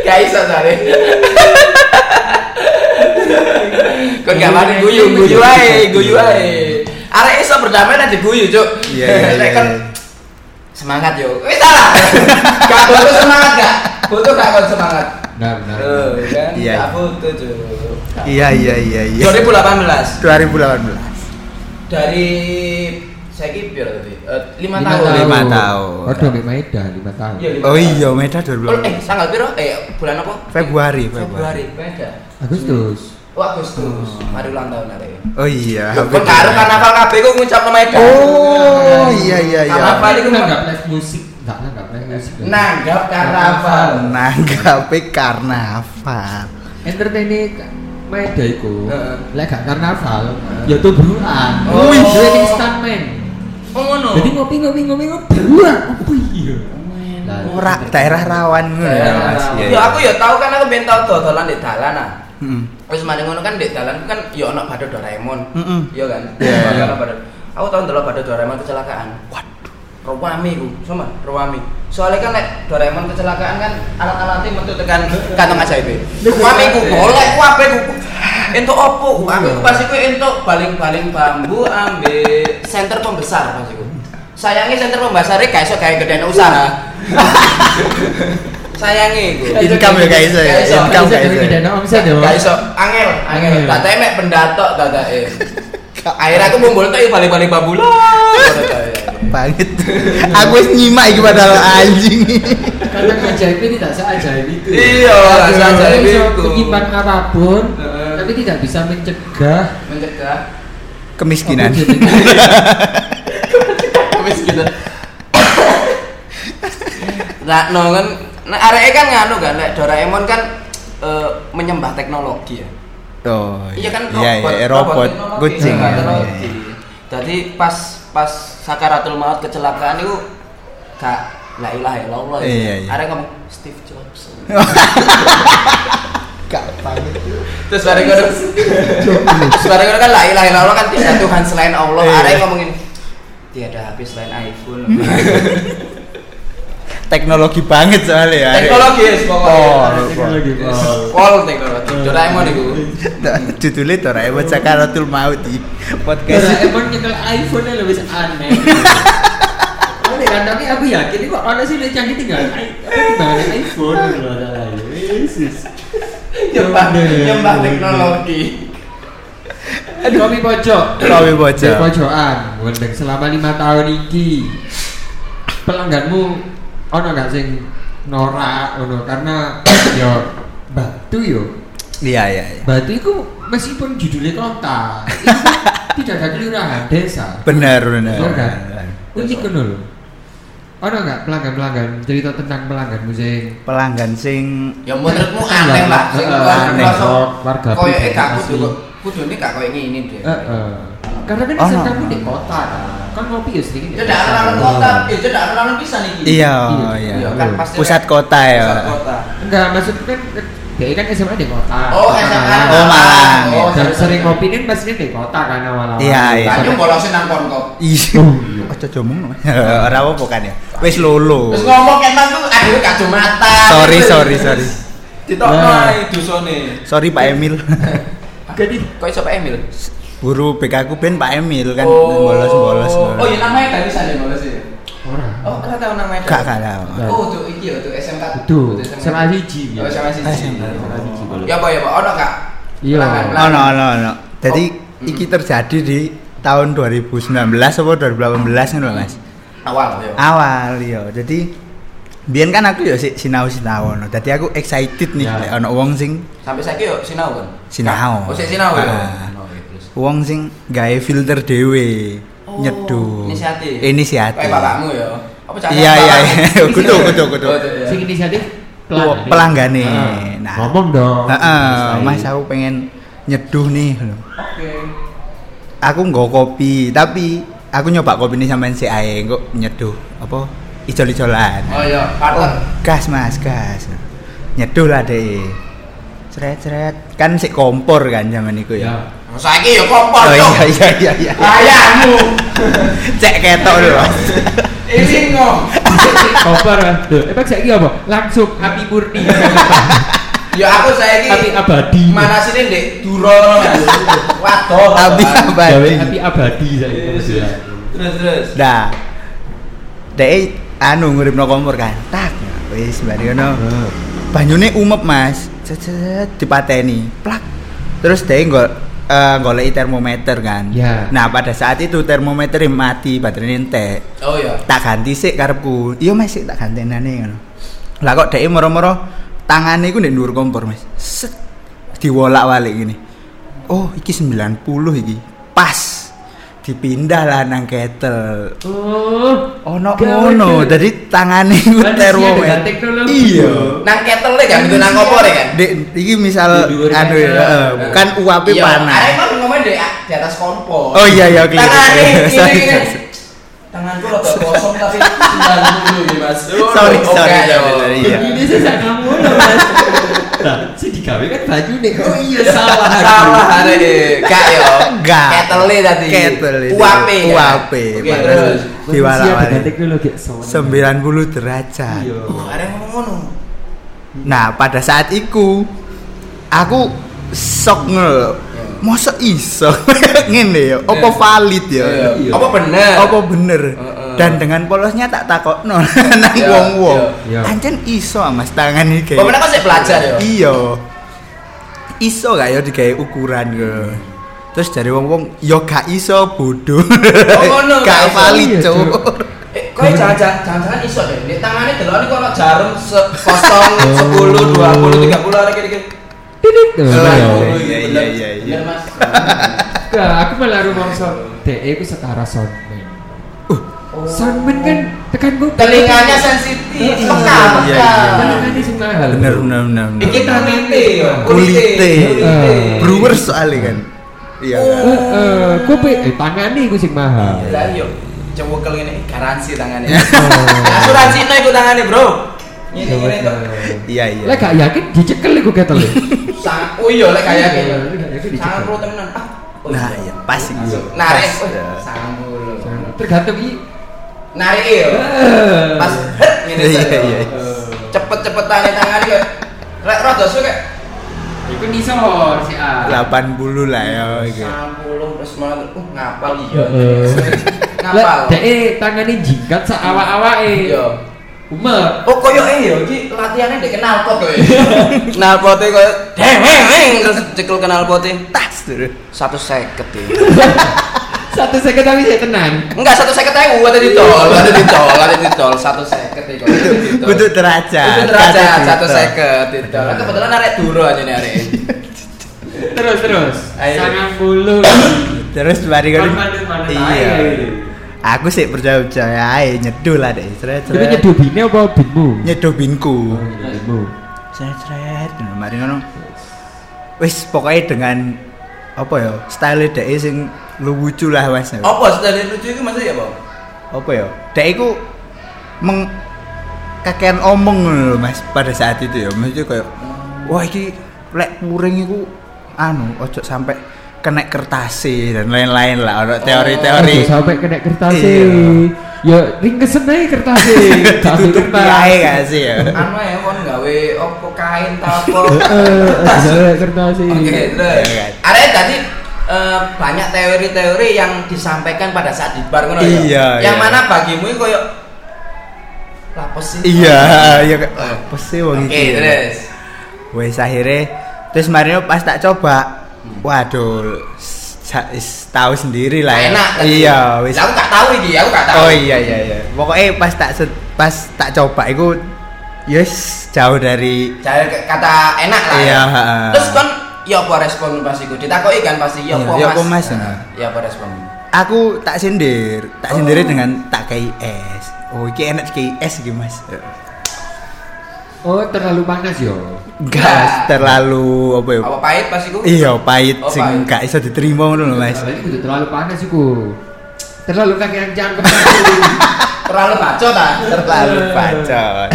Speaker 4: Gak iso sare. Kon gak mari guyu, guyu ae, guyu ae. Arek iso berdamai nek diguyu, Cuk.
Speaker 1: Iya, iya,
Speaker 4: Lek
Speaker 1: iya.
Speaker 4: kan semangat yo. Wis salah. Gak butuh semangat gak? Butuh gak kon semangat?
Speaker 3: benar benar
Speaker 4: Tuh,
Speaker 1: Nah,
Speaker 4: kan?
Speaker 1: Iya.
Speaker 4: Gak butuh, Cuk.
Speaker 1: Iya, iya, iya, iya. 2018.
Speaker 4: 2018 dari saiki piro tadi? Eh, 5
Speaker 3: Lima
Speaker 4: tahun.
Speaker 1: Lima tahun.
Speaker 3: Waduh, Mbak Maeda, lima tahun.
Speaker 4: Iya, lima
Speaker 1: Oh
Speaker 4: tahun.
Speaker 1: iya, Meda
Speaker 4: Oh, eh
Speaker 1: 2018.
Speaker 4: tanggal piro? Eh bulan apa?
Speaker 1: Februari,
Speaker 4: Februari. Beda.
Speaker 3: Agustus.
Speaker 4: Oh Agustus. Mari ulang tahun arek.
Speaker 1: Oh iya.
Speaker 4: Kok karo karnaval kabeh kok ngucap nama Eda.
Speaker 1: Oh iya iya iya.
Speaker 4: Apa
Speaker 3: Apa
Speaker 4: ini Nah.
Speaker 3: itu
Speaker 4: kenapa?
Speaker 3: nggak live musik? Nggak nggak live musik.
Speaker 4: Nanggap karnaval.
Speaker 1: Nanggapi karnaval.
Speaker 3: entertain Maeda iku.
Speaker 4: Heeh.
Speaker 3: Lek gak karnaval, ya tuh berulang.
Speaker 4: Oh.
Speaker 3: Wih, gue ini stuntman.
Speaker 4: Oh ngono.
Speaker 3: Jadi ngopi ngopi ngopi ngopi berulang. Apa iya? Lah,
Speaker 1: Ora daerah rawan ngono ya Mas. Iya, Hmm,
Speaker 4: Ya
Speaker 1: iya.
Speaker 4: aku ya tahu kan aku ben tau dodolan di dalan ah.
Speaker 1: Mm-mm.
Speaker 4: Wis mari ngono kan di dalan kan ya ono badut Doraemon.
Speaker 1: Mm-mm.
Speaker 4: Iya kan?
Speaker 1: Iya.
Speaker 4: Ono badut. Aku tau ndelok badut Doraemon kecelakaan. Waduh. Ruwami ku, sama ruwami. Soalnya kan lek Doraemon kecelakaan kan alat-alatnya metu tekan kantong ajaib. Ruwami ku golek ku ape ku. Entuk opo? ku? Aku ku pas iku entuk baling-baling bambu ambil senter pembesar pas iku. Sayangi senter pembesare gak iso gawe gedene usaha. Sayangi ku.
Speaker 1: Income ya guys ya.
Speaker 4: Gak iso.
Speaker 1: Income
Speaker 3: Gak
Speaker 1: guys.
Speaker 3: iso,
Speaker 1: ya.
Speaker 3: gak iso. omset ya, Bang?
Speaker 4: Gak iso, angel, angel.
Speaker 3: Angel.
Speaker 4: Tak temek pendatok dadake. e. Akhirnya aku mumbul tak balik-balik babula.
Speaker 1: Banget. Aku wis nyimak iki padahal anjing.
Speaker 3: Kadang ajaib ini tidak seajaib itu.
Speaker 4: Iya, nggak seajaib
Speaker 3: Bisa
Speaker 4: itu.
Speaker 3: Menyimpan apapun,
Speaker 4: Heeh.
Speaker 3: tapi tidak bisa mencegah
Speaker 4: Mencegah
Speaker 1: Kemiskinan.
Speaker 4: habis gitu. Nah, no kan nah areke kan nganu kan lek Doraemon kan eh, menyembah teknologi ya.
Speaker 1: Oh.
Speaker 4: Iya kan robot,
Speaker 1: Iya, iya, robot,
Speaker 4: teknologi,
Speaker 1: kucing.
Speaker 4: robot
Speaker 1: iya,
Speaker 4: teknologi.
Speaker 1: iya.
Speaker 4: Jadi pas pas sakaratul maut kecelakaan itu kak la ilaha illallah. ya.
Speaker 1: Iya, iya.
Speaker 4: Arek ngomong Steve Jobs.
Speaker 1: Gak banget.
Speaker 4: Terus bareng ngono. Terus bareng ngono kan la ilaha illallah kan tiada Tuhan selain Allah.
Speaker 1: Iya.
Speaker 4: Arek ngomongin tiada HP selain iPhone.
Speaker 1: Hmm. Teknologi banget soalnya ya.
Speaker 4: teknologi ya
Speaker 1: Oh,
Speaker 4: pokoknya.
Speaker 1: teknologi.
Speaker 4: gitu. Pol teknologi. Doraemon itu.
Speaker 1: Iya. Judulnya Doraemon Sakaratul Maut di podcast.
Speaker 3: Doraemon nyekel iPhone yang lebih aneh. Oh, deh, kan, tapi aku yakin ini kok orang sih lebih canggih tinggal i- apa, timbangannya iPhone loh, ada lagi. Yesus.
Speaker 4: Nyembah
Speaker 1: Iya,
Speaker 4: nyembah teknologi.
Speaker 3: Kopi pojok.
Speaker 1: Kopi
Speaker 3: Di
Speaker 1: bocah.
Speaker 3: pojokan, wendeng selama lima tahun iki. Pelangganmu ono gak sing norak ono karena yo batu yo.
Speaker 1: Iya, iya, iya.
Speaker 3: Batu itu meskipun judulnya kota, itu tidak ada kelurahan desa.
Speaker 1: Benar, benar.
Speaker 3: Betul kan? Unik kan lho. Ono nggak pelanggan-pelanggan cerita tentang pelanggan musik?
Speaker 1: Pelanggan sing
Speaker 4: Ya menurutmu aneh lah. Sing
Speaker 3: Heeh, eh,
Speaker 4: kelas
Speaker 3: aneh.
Speaker 4: merasa
Speaker 3: Warga
Speaker 4: Koyoke
Speaker 3: pribadi
Speaker 4: gak
Speaker 3: asli.
Speaker 4: kudu kudu ini gak koyo ngene deh.
Speaker 3: Heeh. Eh, Karena kan
Speaker 1: Ono.
Speaker 3: asal kamu di kota kan. Kan ngopi ya sering.
Speaker 4: Itu ndak kenal kota,
Speaker 3: eh.
Speaker 4: itu ndak kenal pisan iki.
Speaker 1: Iya,
Speaker 3: Iya,
Speaker 1: iya.
Speaker 4: kan pasti
Speaker 1: Pusat kota ya.
Speaker 4: Pusat kota.
Speaker 3: Enggak, maksudnya kan dia kan SMA di kota.
Speaker 4: Oh,
Speaker 3: Kota
Speaker 4: SMA.
Speaker 3: Malang.
Speaker 1: Oh, Malang.
Speaker 4: Oh,
Speaker 3: Dan sering
Speaker 4: sorry, sorry.
Speaker 3: ngopi kan pastinya di kota kan awal-awal.
Speaker 1: Iya, iya.
Speaker 4: Banyu bolosnya nang kon kok.
Speaker 1: Iya.
Speaker 4: Oh,
Speaker 1: Aja jomong. Ora apa kan ya. Wis lolo.
Speaker 4: Terus ngomong ketan tuh aduh gak jumatan.
Speaker 1: Oh. Sorry, sorry, sorry.
Speaker 4: Ditokno
Speaker 3: Nah.
Speaker 4: ae dosone.
Speaker 1: Sorry Pak Emil.
Speaker 3: Jadi
Speaker 4: Kok iso Pak Emil?
Speaker 1: Guru BK ku ben Pak Emil kan bolos-bolos.
Speaker 4: Oh, iya namanya gak bisa deh bolos ya.
Speaker 3: orang.
Speaker 4: Oh, kau tahu namanya?
Speaker 1: Gak kalah.
Speaker 4: Oh, tuh iki ya, tuh SMK.
Speaker 3: Itu
Speaker 4: Tuh,
Speaker 3: SMA hiji.
Speaker 4: Oh, SMA
Speaker 3: Eh,
Speaker 4: sih.
Speaker 1: SMK.
Speaker 4: Ya apa ya, Pak? Ono gak?
Speaker 3: Iya.
Speaker 1: Oh, no, no, no.
Speaker 4: Oh,
Speaker 1: Jadi
Speaker 4: mm.
Speaker 1: iki terjadi di tahun 2019 atau 2018 ngono Mas.
Speaker 4: Awal ya.
Speaker 1: awal yo jadi biyen kan aku yo sik sinau sinau no dadi aku excited nih
Speaker 3: Ya.
Speaker 1: lek ono wong sing
Speaker 4: Sampai saiki yo sinau kan.
Speaker 1: Sinau.
Speaker 4: Oh, sik sinau ya.
Speaker 1: Ah.
Speaker 4: Oh, iya, terus.
Speaker 1: wong sing gawe filter dhewe
Speaker 4: Oh,
Speaker 1: nyeduh
Speaker 4: Inisiatif.
Speaker 1: inisiatif
Speaker 4: Kayak bapakmu ya. Apa
Speaker 1: iya iya iya kudu
Speaker 4: Kudu,
Speaker 1: kudu kudu
Speaker 4: Oh, iya.
Speaker 3: Sing inisiatif Pelanggan.
Speaker 1: pelanggane.
Speaker 3: Ah,
Speaker 1: Nah.
Speaker 3: ngomong dong Iya.
Speaker 1: Heeh,
Speaker 3: Mas
Speaker 1: Mas aku pengen nyeduh nih lho.
Speaker 4: Oke.
Speaker 1: Aku nggak kopi, tapi aku nyoba kopi ini sampean sik ae kok nyeduh apa ijol-ijolan.
Speaker 4: Oh iya, partner.
Speaker 1: Gas Mas, gas. Nyeduh lah deh. Ceret-ceret. Kan sik kompor kan zaman iku ya.
Speaker 3: ya
Speaker 4: Saiki ya kompor
Speaker 1: Oh
Speaker 4: dong.
Speaker 1: iya iya iya iya.
Speaker 4: Ayahmu.
Speaker 1: Cek ketok lho. Mas.
Speaker 4: Ini ngom.
Speaker 3: koper Loh, emang saya apa langsung api murni
Speaker 4: Ya aku saiki
Speaker 3: api abadi
Speaker 4: mana sini Dek? Duro. Waduh.
Speaker 1: Tapi
Speaker 3: gawe
Speaker 1: abadi. Iya,
Speaker 3: api abadi ya. saya
Speaker 4: Terus terus. terus.
Speaker 1: Nah, dek anu nguripno kompor kan. Tak. Wis bari ngono. Banyune umep, Mas. Cecet dipateni. Plak. Terus dek nggol eh, goleki termometer kan.
Speaker 3: Ya.
Speaker 1: Nah, pada saat itu termometer mati, baterainya entek.
Speaker 4: Oh iya.
Speaker 1: Tak ganti sik karepku. Iya, Mas, sik tak gantenane ngono. Lah kok dek moro-moro tangane iku ndek dhuwur kompor, Mas. Set. Diwolak-walik gini. Oh, iki 90 iki. Pas. Dipindah lah nang kettle.
Speaker 3: oh
Speaker 1: ono
Speaker 3: Gawe
Speaker 1: ngono
Speaker 3: ke-
Speaker 1: jadi tangane
Speaker 4: Kan
Speaker 1: iku
Speaker 3: Manusia dengan
Speaker 1: termometer
Speaker 3: teknologi.
Speaker 1: iya
Speaker 4: Nang kettle kan itu nang kompor ya kan?
Speaker 1: Dek, iki misal
Speaker 3: Di dhuwur
Speaker 1: anu ya
Speaker 3: meja.
Speaker 1: heeh, bukan uapnya panas
Speaker 4: Ayo kan ngomong di, di atas kompor.
Speaker 1: oh iya iya keliru
Speaker 4: Tangan ini,
Speaker 1: sorry
Speaker 4: ini, ini. Tanganku rada kosong tapi 90 nih Mas.
Speaker 1: sorry
Speaker 4: Oke,
Speaker 1: sorry
Speaker 4: ayo.
Speaker 1: sorry, sorry, iya
Speaker 3: ini saya sak kamu loh mas nah si digawe kan baju nih oh iya salah
Speaker 4: Salah hari Kak yo.
Speaker 1: Enggak.
Speaker 4: Ketele tadi.
Speaker 1: Ketele.
Speaker 4: Uape. ya?
Speaker 1: Uape,
Speaker 4: Oke,
Speaker 1: Mas.
Speaker 4: terus.
Speaker 3: manusia
Speaker 1: Diwalak-walik.
Speaker 3: dengan teknologi soalnya.
Speaker 1: 90 derajat
Speaker 3: Iya.
Speaker 4: Wah, Ada yang ngomong ngono.
Speaker 1: nah pada saat iku aku sok
Speaker 4: Iya.
Speaker 1: ngel masa iso ngene ya apa valid ya
Speaker 4: Iya. Apa bener?
Speaker 1: apa bener
Speaker 4: Heeh.
Speaker 1: dan dengan polosnya tak takokno nang
Speaker 4: Iya,
Speaker 1: wong-wong
Speaker 3: iya.
Speaker 1: anjen iso mas tangan iki
Speaker 4: Pemenang kok sik belajar ya?
Speaker 1: iya iso gak ya digawe ukuran ke terus dari wong-wong yo gak iso bodoh
Speaker 4: Oh, ngono, gak
Speaker 1: gak
Speaker 4: iso.
Speaker 1: valid
Speaker 3: Iya,
Speaker 1: cuk
Speaker 3: Cuk.
Speaker 4: Eh, kok jangan jangan jangan iso deh. Di tangannya delok kok ono jarum se- kosong 10 20 30 arek iki.
Speaker 3: Tidit.
Speaker 1: Lah,
Speaker 3: Iya.
Speaker 1: iya, iya, iya, iya, iya.
Speaker 4: Bener Mas.
Speaker 3: Nah, aku malah rumangsa dek iku E setara soundman. Uh, soundman kan tekan gue
Speaker 4: Telinganya Oh. sensitif,
Speaker 3: Iya,
Speaker 4: peka,
Speaker 1: iya,
Speaker 4: peka.
Speaker 1: iya.
Speaker 3: Telingane sing mahal.
Speaker 1: bener bener bener, bener.
Speaker 4: Iki kulite,
Speaker 1: Kulite. Ah.
Speaker 3: Eh,
Speaker 1: brewer soalnya kan iya
Speaker 4: Oh.
Speaker 1: kan?
Speaker 3: Eh, eh, kopi eh tangane iku sing mahal.
Speaker 4: Lah yo, coba kalau ini eh, garansi tangannya.
Speaker 3: Oh.
Speaker 4: Asuransi no ikut tangannya bro. Ini
Speaker 3: Coba
Speaker 4: ini tuh.
Speaker 1: iya iya
Speaker 3: Lah gak yakin dicekel iku ketel.
Speaker 4: Sang, oh iya lah
Speaker 3: Iya,
Speaker 4: kayak gini.
Speaker 3: iya, iya,
Speaker 4: Sangat
Speaker 3: dicekel.
Speaker 4: pro temenan. Ah, oh
Speaker 1: nah iya pas iki.
Speaker 4: Langsung.
Speaker 1: Pas,
Speaker 4: Narik, oh,
Speaker 1: ya.
Speaker 4: sanggul.
Speaker 3: Nah, Tergantung i.
Speaker 4: Narik yo.
Speaker 3: Eh.
Speaker 4: Pas hert ini
Speaker 1: Iya,
Speaker 4: saya.
Speaker 1: iya.
Speaker 4: Cepet cepetan tangannya kayak. Rek iya. rada suwe kayak.
Speaker 3: Iku nisor si A.
Speaker 1: 80 lah ya iki.
Speaker 4: Sanggul terus malah uh ngapal iya.
Speaker 3: Heeh.
Speaker 4: Ngapal.
Speaker 3: Lah dek tangane jingkat sak awak-awake.
Speaker 4: Iya.
Speaker 3: Umek.
Speaker 4: Oh koyo eh yo iki latihannya dek kenal pot koyo. Kenal pote koyo deweng terus cekel kenal pote.
Speaker 1: tas dulu
Speaker 4: Satu seket ya.
Speaker 3: Satu second tapi saya tenang.
Speaker 4: Enggak satu seket aja gua ada di tol, ada di tol, ada di tol satu seket ya.
Speaker 1: butuh derajat
Speaker 4: Itu derajat
Speaker 1: Kata
Speaker 4: satu
Speaker 1: Tito.
Speaker 4: seket di tol. Nah, Kebetulan arek duro aja nih arek.
Speaker 3: Terus terus.
Speaker 4: Ayo.
Speaker 3: Sangat bulu.
Speaker 1: terus mari kan
Speaker 3: Mana-mana
Speaker 1: iya
Speaker 3: ae.
Speaker 1: aku sih percaya percaya ae nyeduh lah deh seret
Speaker 3: Tapi
Speaker 1: seret
Speaker 3: nyeduh bini apa binmu?
Speaker 1: nyeduh binku
Speaker 3: Binmu.
Speaker 1: seret seret Nah, mari ngono wis pokoknya dengan apa ya style deh sing lucu lah mas
Speaker 4: Apa sedang lucu itu maksudnya apa?
Speaker 1: apa ya dek iku meng kakean omong ngono lho mas pada saat itu ya maksudnya kayak wah iki lek puring iku anu ojo sampai kena kertas dan lain-lain lah ono teori-teori
Speaker 3: Aduh, sampai kena kertas
Speaker 1: Iya.
Speaker 3: Ya ringkesen aja kertas Kertas
Speaker 1: ditutup ae gak sih ya
Speaker 4: Anu ya kon gawe opo kain tapok.
Speaker 3: Eh, Sampai kertas
Speaker 4: Oke,
Speaker 1: Iya,
Speaker 4: terus.
Speaker 1: kan?
Speaker 4: Arek tadi eh, banyak teori-teori yang disampaikan pada saat di bar ngono ya?
Speaker 1: Iya,
Speaker 4: Yang
Speaker 1: iya.
Speaker 4: mana bagimu itu koyo lapes sih.
Speaker 1: iya Gitu. iya kayak "Wah, apa sih wong
Speaker 4: Oke,
Speaker 1: iki
Speaker 4: terus.
Speaker 1: wes akhirnya terus marino pas tak coba
Speaker 4: Hmm.
Speaker 1: waduh sa- is- tahu sendiri lah ya
Speaker 4: Enak. tadi.
Speaker 1: iya wis
Speaker 4: Lah, aku gak tahu iki, aku gak tahu.
Speaker 1: Oh iya iya iya. Pokoknya pas tak set- pas tak coba iku yes jauh dari
Speaker 4: Jadi ke- kata enak lah.
Speaker 1: Iya,
Speaker 4: ya.
Speaker 1: ha.
Speaker 4: Terus kon ya apa respon pas iku? Ditakoki kan pasti ya
Speaker 1: Iya,
Speaker 4: apa
Speaker 1: ya
Speaker 4: Mas?
Speaker 1: apa, Mas?
Speaker 4: Nah, Ya apa respon?
Speaker 1: aku tak sindir, tak
Speaker 4: Oh.
Speaker 1: sendiri dengan tak KIS. Oh iki enak KIS iki Mas.
Speaker 3: Oh, terlalu panas yo.
Speaker 1: Gas terlalu apa ya?
Speaker 4: Apa pahit pas iku?
Speaker 1: Iya, pahit
Speaker 4: Oh,
Speaker 1: sing
Speaker 4: pahit.
Speaker 1: gak iso diterima ngono lho, Mas.
Speaker 3: Kalau ini kudu terlalu panas iku. Terlalu kakean cangkem.
Speaker 4: Terlalu baco ta?
Speaker 1: Terlalu bacot.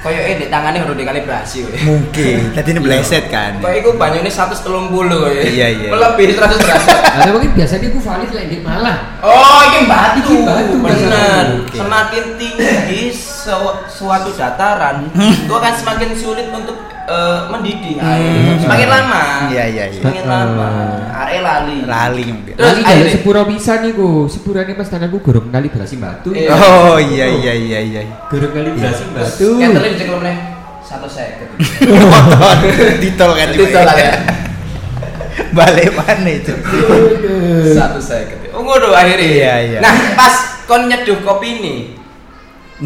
Speaker 4: Koyo e di tangane urut dikalibrasi kowe.
Speaker 1: Mungkin tadi
Speaker 4: Iya.
Speaker 1: ini bleset kan.
Speaker 4: Koyo iku banyune 130 kowe.
Speaker 1: Iya, iya.
Speaker 4: ya? Melebihi 100 derajat.
Speaker 3: Ada mungkin biasanya iku valid lah Dik, malah.
Speaker 4: Oh, ini batu.
Speaker 3: Iki batu,
Speaker 4: bener.
Speaker 1: Oke.
Speaker 4: Semakin tinggi su- suatu dataran,
Speaker 1: Hmm.
Speaker 4: itu akan semakin sulit untuk eh, mendidih air.
Speaker 1: Hmm.
Speaker 4: Semakin lama.
Speaker 1: Iya, iya, iya. Hmm.
Speaker 4: Semakin lama. Arek lali.
Speaker 1: Lali mungkin.
Speaker 4: Terus
Speaker 3: Lali dari
Speaker 4: akhirnya-
Speaker 3: sepuro pisan iku. Sepurane pas tanganku gurung kali berasi batu.
Speaker 4: Iya.
Speaker 1: Oh iya iya iya iya.
Speaker 3: Gurung kali berasi batu.
Speaker 4: Ketelnya dicekel meneh. Satu seket.
Speaker 1: Motor ditol kan
Speaker 4: Itu salah ya.
Speaker 1: Balik mana itu?
Speaker 4: Satu seket. Oh, ngono akhirnya.
Speaker 1: Iya, iya.
Speaker 4: Nah, pas kon nyeduh kopi ini,